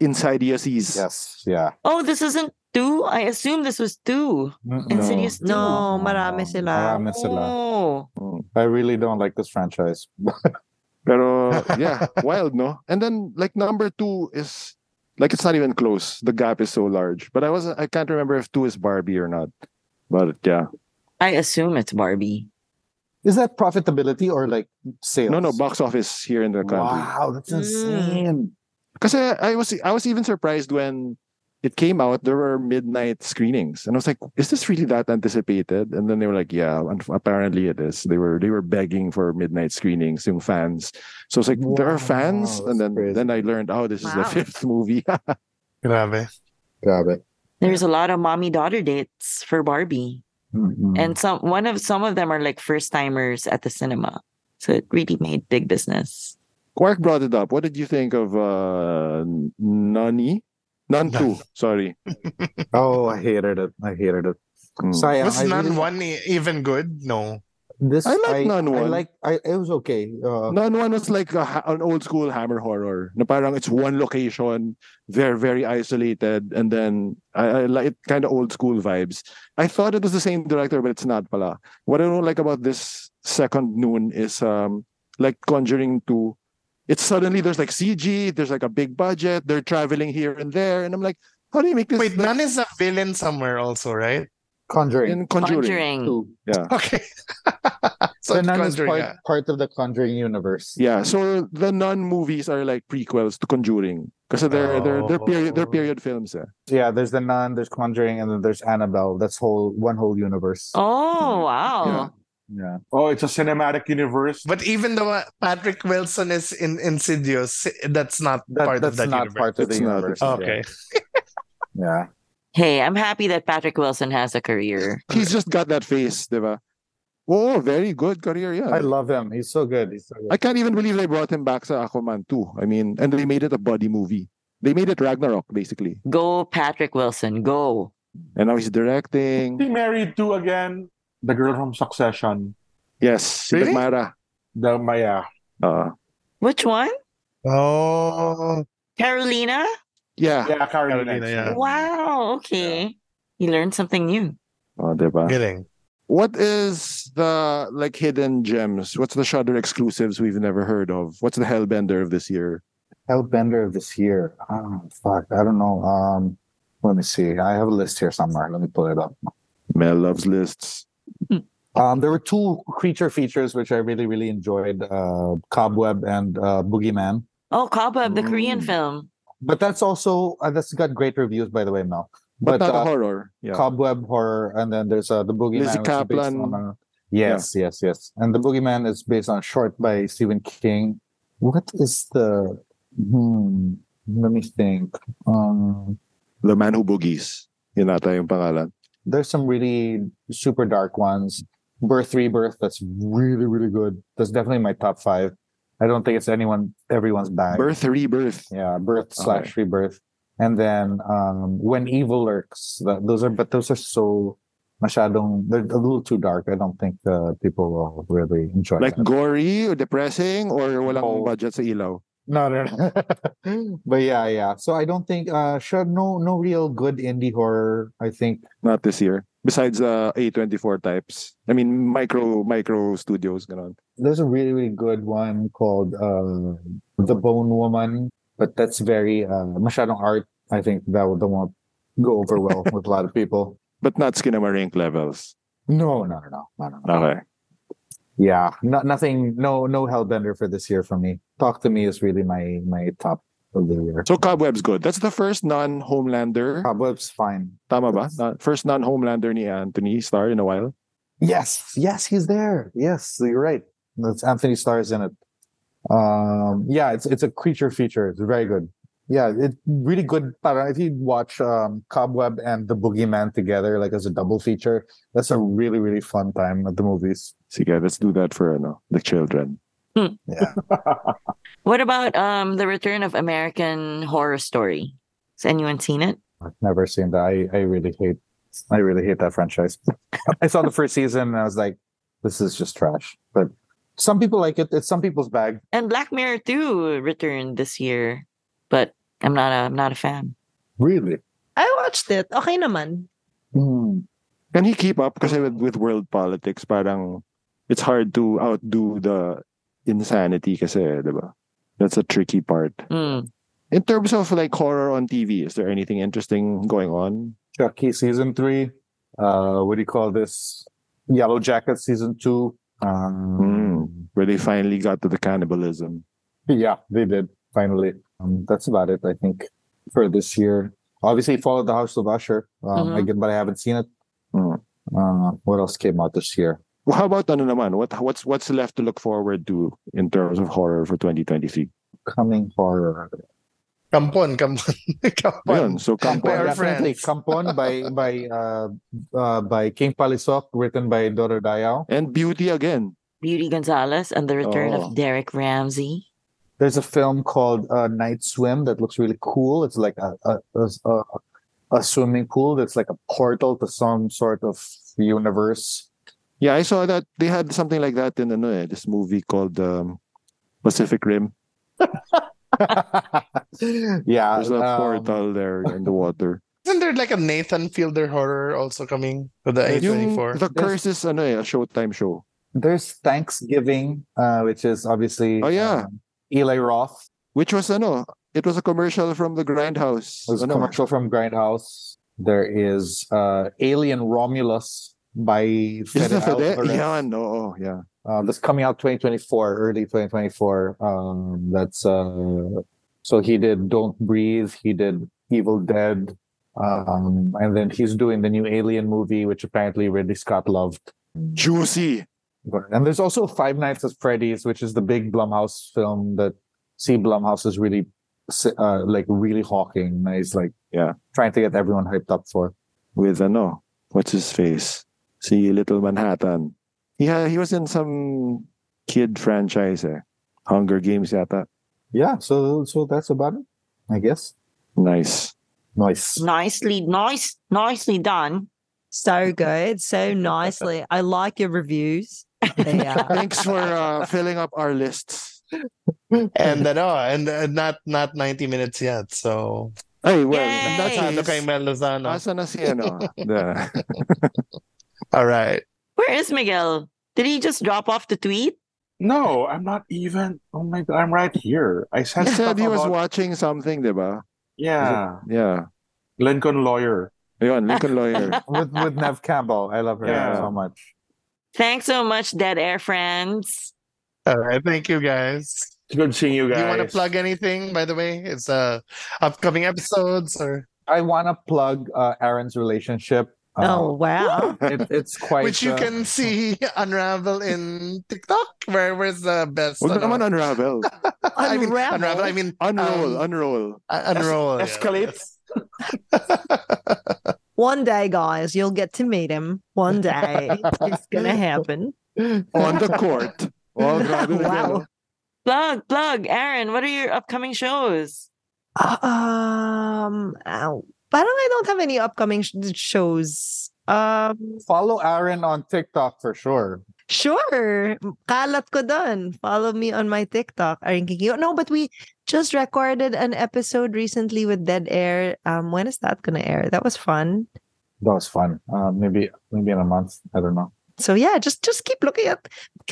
S2: inside ESEs.
S6: yes, yeah.
S3: Oh, this isn't two? I assume this was two.
S6: Mm-mm.
S3: Insidious two.
S5: No, marami sila.
S6: Marami sila.
S3: Oh.
S2: Mm.
S6: I really don't like this franchise.
S2: Pero yeah, wild, no? And then like number two is like it's not even close. The gap is so large. But I was I can't remember if two is Barbie or not. But yeah.
S3: I assume it's Barbie.
S6: Is that profitability or like sales?
S2: No, no, box office here in the country.
S6: Wow, that's
S5: Mm.
S6: insane.
S2: Because I was I was even surprised when it came out, there were midnight screenings. And I was like, is this really that anticipated? And then they were like, yeah, and apparently it is. They were they were begging for midnight screenings, yung fans. So it's like, there are fans.
S6: Wow,
S2: And
S6: that's
S2: then
S6: crazy.
S2: then I learned, oh, this is the
S3: Wow.
S2: fifth movie.
S1: Grabe.
S6: Got it.
S3: There's a lot of mommy daughter dates for Barbie.
S6: Mhm.
S3: And some one of some of them are like first timers at the cinema. So it really made big business.
S2: Quark brought it up. What did you think of uh Nani? Nantu, sorry.
S6: oh, I hated it. I hated it.
S2: Mm.
S6: Sayang,
S1: Was
S6: I
S1: none
S6: really-
S1: one e- even good? No.
S6: This
S2: I like Nun
S6: I
S2: one.
S6: like. I it was okay. Uh,
S2: Nun one was like a, ha- an old school hammer horror. Na parang it's one location, they're very isolated, and then I, I like kind of old school vibes. I thought it was the same director, but it's not pala. What I don't like about this second noon is um like Conjuring 2. It's suddenly there's like CG, there's like a big budget, they're traveling here and there, and I'm like, how do you make this
S1: Wait,
S2: like,
S1: none is a villain somewhere also, right?
S6: Conjuring.
S2: in Conjuring?
S3: Conjuring.
S6: Two.
S2: Yeah.
S1: Okay. so
S6: So
S1: it's
S6: Nun is
S1: Conjuring,
S6: part,
S1: ah.
S6: part of the Conjuring universe.
S2: Yeah, so the non movies are like prequels to Conjuring because they're they're they're period they're
S1: Oh.
S2: period films. Eh.
S6: Yeah, there's the Nun, there's Conjuring, and then there's Annabelle. That's whole one whole universe.
S3: Oh
S2: Mm-hmm. Yeah.
S3: wow.
S6: Yeah.
S4: Oh, it's a cinematic universe.
S1: But even though uh, Patrick Wilson is in Insidious, that's not
S6: That,
S1: part
S6: that's
S1: of that
S6: not
S1: universe.
S6: part of the
S2: It's not,
S6: universe.
S2: it's not.
S1: okay.
S6: Yeah.
S3: Hey, I'm happy that Patrick Wilson has a career.
S2: He's just got that face, diba? Oh, very good career. Yeah,
S6: yeah.
S2: I,
S6: I love him. He's so good. He's so good.
S2: can't even believe they brought him back to Aquaman too. I mean, and they made it a buddy movie. They made it Ragnarok basically,
S3: Go, Patrick Wilson, go.
S2: and now he's directing.
S4: He married to again the girl from Succession.
S2: Yes,
S1: Really?
S2: Mara.
S4: The Maya.
S2: Uh,
S3: Which one?
S1: Oh,
S3: Carolina?
S2: yeah,
S4: Yeah, Carolina.
S1: Carolina, yeah.
S3: Wow, okay. You learned something new.
S2: Oh, diba?
S1: kidding.
S2: What is the like hidden gems? What's the Shudder exclusives we've never heard of? What's the Hellbender of this year?
S6: Hellbender of this year. Oh, fuck. I don't know. Um, let me see. I have a list here somewhere. Let me pull it up.
S2: Mel loves lists.
S6: Um, there were two creature features which I really, really enjoyed: uh, Cobweb and uh, Boogeyman.
S3: Oh, Cobweb, the Korean
S2: Mm.
S3: film.
S6: But that's also uh, that's got great reviews, by the way, Mel.
S2: but,
S6: But,
S2: not
S6: uh,
S2: a horror. Yeah.
S6: Cobweb horror, and then there's uh, the Boogeyman.
S2: Lizzie
S6: which is based
S2: Kaplan.
S6: on a- yes, yes, yes. And the Boogeyman is based on a short by Stephen King. What is the Hmm. Let me think. Um,
S2: The Man Who Boogies. Yun ata yung pangalan.
S6: there's some really super dark ones. Birth Rebirth, that's really, really good. That's definitely my top five. I don't think it's anyone, everyone's bag.
S2: Birth Rebirth.
S6: Yeah, birth slash rebirth. And then um, when evil lurks, that, those are but those are so masyadong they're a little too dark. I don't think uh, people will really enjoy.
S2: Like
S6: that.
S2: gory or depressing or walang
S6: Oh.
S2: budget sa ilaw.
S6: no, no, no. but yeah, yeah. So I don't think uh, sure, no, no real good indie horror. I think
S2: Not this year. Besides the A24 types. I mean, micro micro studios. Ganun.
S6: there's a really really good one called uh, the Bone Woman, but that's very uh, masyadong art. I think that would that won't go over well with a lot of people.
S2: But not Skinamarink levels.
S6: No, no, no, no, no, no. no.
S2: Okay.
S6: Yeah, no, nothing, no, no Hellbender for this year for me. Talk to me is really my my top of the year.
S2: So Cobweb's good. That's the first non-Homelander.
S6: Cobweb's fine.
S2: Tama ba? Na- First non-Homelander ni Anthony Starr in a while.
S6: Yes, yes, he's there. Yes, you're right. That's Anthony Starr's in it. Um, yeah, it's it's a creature feature. It's very good. Yeah, it's really good. Parang if you watch um, Cobweb and the Boogeyman together, like as a double feature, that's a really really fun time at the movies.
S2: Sige, let's do that for ano, the children.
S3: What about um the return of American Horror Story? Has anyone seen it?
S6: I've never seen that. I, I really hate I really hate that franchise. I saw the first season and I was like, this is just trash. But some people like it. It's some people's bag.
S3: And Black Mirror 2 returned this year, but I'm not a I'm not a fan.
S6: Really?
S5: I watched it. Okay naman.
S2: Hmm. Can he keep up? Kasi with, with world politics, parang it's hard to outdo the insanity kasi, eh, di ba? That's a tricky part.
S3: Mm.
S2: In terms of like horror on TV, is there anything interesting going on?
S6: Chucky season three. Uh what do you call this? Yellow Jacket season two.
S2: Mm.
S6: Um
S2: Hmm. Where they finally got to the cannibalism.
S6: yeah, they did finally. Um, that's about it, I think, for this year. Obviously followed the House of Usher. Um I
S3: Mhm.
S6: get but I haven't seen it.
S2: Mm.
S6: Uh, what else came out this year?
S2: Well, how about ano naman? What what's what's left to look forward to in terms of horror for 2023?
S6: Coming horror.
S1: Kampon, kampon, kampon.
S2: Ayun, so
S1: Kampon.
S2: Kampon.
S1: By our
S6: definitely.
S1: friends.
S6: Kampon by by uh, uh, by King Palisok, written by Doro Dayao.
S2: And Beauty again.
S3: Beauty Gonzalez and the return
S2: Oh.
S3: of Derek Ramsey.
S6: There's a film called uh, Night Swim that looks really cool. It's like a a, a a a swimming pool that's like a portal to some sort of universe.
S2: Yeah, I saw that they had something like that in ano, eh, this movie called um, Pacific Rim.
S6: yeah,
S2: There's a
S6: um,
S2: portal there in the water.
S1: Isn't there like a Nathan Fielder horror also coming to the
S2: Yung
S1: A24?
S2: The Curse is ano, eh, a Showtime show.
S6: There's Thanksgiving, uh, which is obviously
S2: Oh, yeah.
S6: um, Eli Roth.
S2: Which was ano, it was a commercial from the Grindhouse.
S6: There's a
S2: Ano,
S6: commercial from Grindhouse. There is uh, Alien Romulus by
S2: Is
S6: Fede
S2: that Fede?
S6: Alvarez.
S2: Yan, oo, yeah.
S6: Uh, that's coming out 2024, early 2024. Um, that's uh, so he did Don't Breathe. He did Evil Dead, um, and then he's doing the new Alien movie, which apparently Ridley Scott loved.
S2: Juicy.
S6: And there's also Five Nights at Freddy's, which is the big Blumhouse film that see Blumhouse is really uh, like really hawking. And he's like
S2: Yeah.
S6: trying to get everyone hyped up for.
S2: with ano, what's his face? Si Little Manhattan. He ha- he was in some kid franchise eh. Hunger Games yata.
S6: yeah so so that's about it i guess
S2: Nice.
S6: nice
S3: Nicely, nice, nicely done.
S5: So good. So nicely. I like your reviews. They are.
S2: Thanks for uh, filling up our lists.
S1: And ano, and uh, not not 90 minutes yet. So
S2: Hey, well, in
S3: Yay!
S2: that
S1: Lozano kay
S2: case,
S1: Mel Lozano.
S2: asa na si ano? the-
S1: All right.
S3: Where is Miguel? Did he just drop off the tweet?
S4: No, I'm not even. Oh my god, I'm right here. I
S2: he
S4: said,
S2: said
S4: stuff
S2: he was
S4: about-
S2: watching something, di ba?
S4: Yeah,
S2: Yeah.
S4: Lincoln Lawyer.
S2: Ayun, Lincoln Lawyer.
S6: with with nev campbell i love her
S4: Yeah.
S6: so much
S3: Thanks so much, Dead Air friends.
S1: All right. Thank you guys.
S4: It's good seeing you guys.
S1: Do you want to plug anything, by the way? It's uh upcoming episodes or
S6: i want to plug uh, aaron's relationship
S5: oh wow!
S6: It, it's quite.
S1: which you
S6: uh,
S1: can see unravel in TikTok. Where where's the best?
S2: Huwag
S1: ano?
S2: naman unravel.
S1: I mean,
S5: Unravel?
S1: unravel. I mean,
S2: Unroll,
S1: um,
S2: unroll.
S1: uh, unroll. yeah.
S4: Escalate.
S5: One day, guys, you'll get to meet him. One day, it's gonna happen.
S2: On the court. Oh, grabe na yan,
S5: wow.
S2: oh.
S3: Plug, plug, Aaron. What are your upcoming shows?
S5: Um, ow. parang I don't have any upcoming sh- shows. Um,
S6: follow Aaron on TikTok for sure.
S5: sure, kalat ko dun. Follow me on my TikTok, Aaron Kikio. No, but we just recorded an episode recently with Dead Air. Um, when is that gonna air? That was fun.
S6: That was fun. Uh, maybe maybe in a month. I don't know.
S5: So yeah, just just keep looking at.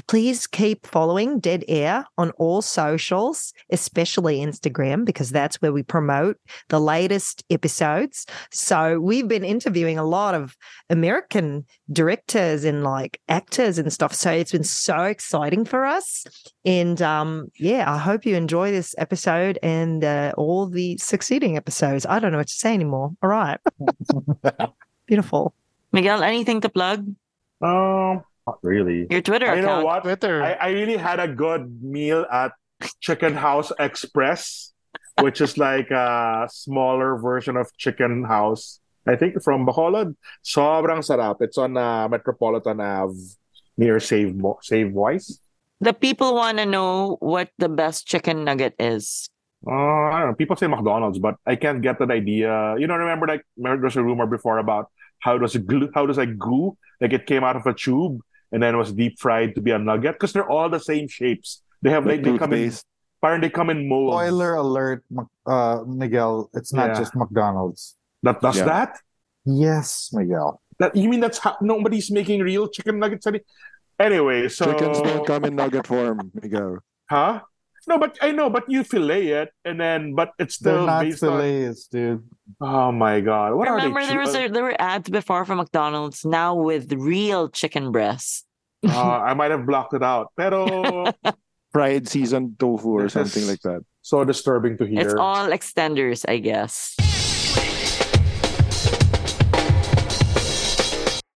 S5: Please keep following Dead Air on all socials, especially Instagram, because that's where we promote the latest episodes. So we've been interviewing a lot of American directors and like actors and stuff. So it's been so exciting for us. And um, yeah, I hope you enjoy this episode and uh, all the succeeding episodes. I don't know what to say anymore. All right, beautiful.
S3: Miguel, anything to plug?
S4: Um, not really.
S3: Your Twitter
S4: You know
S3: account.
S4: what?
S1: Twitter.
S4: I, I really had a good meal at Chicken House Express, which is like a smaller version of Chicken House. I think from Bacolod. Sobrang sarap. It's on uh, Metropolitan Ave near Save Mo- Save Voice.
S3: The people want to know what the best chicken nugget is.
S4: Uh, I don't know. People say McDonald's, but I can't get that idea. You know, remember like remember there was a rumor before about how does it glue, how does like goo like it came out of a tube and then was deep fried to be a nugget because they're all the same shapes. They have
S2: Like
S4: like they come in
S2: toothpaste.
S4: parang they come in molds.
S6: Spoiler alert, Mac- uh, Miguel. It's not
S4: Yeah.
S6: just McDonald's.
S4: That does
S2: Yeah.
S4: that?
S6: Yes, Miguel.
S4: That you mean that's how nobody's making real chicken nuggets any- anyway? So
S2: Chickens don't come in nugget form, Miguel.
S4: huh? No, but I know, but you fillet it and then but it's
S6: They're
S4: still
S6: not
S4: based
S6: fillets, dude.
S4: on. Oh my god! What
S3: Remember,
S4: are they?
S3: there was a,
S4: chew-
S3: there were ads before for McDonald's now with real chicken breasts.
S4: Uh, I might have blocked it out, pero
S2: Fried seasoned tofu or
S4: This is-
S2: something like that.
S4: so disturbing to hear.
S3: It's all extenders, I guess.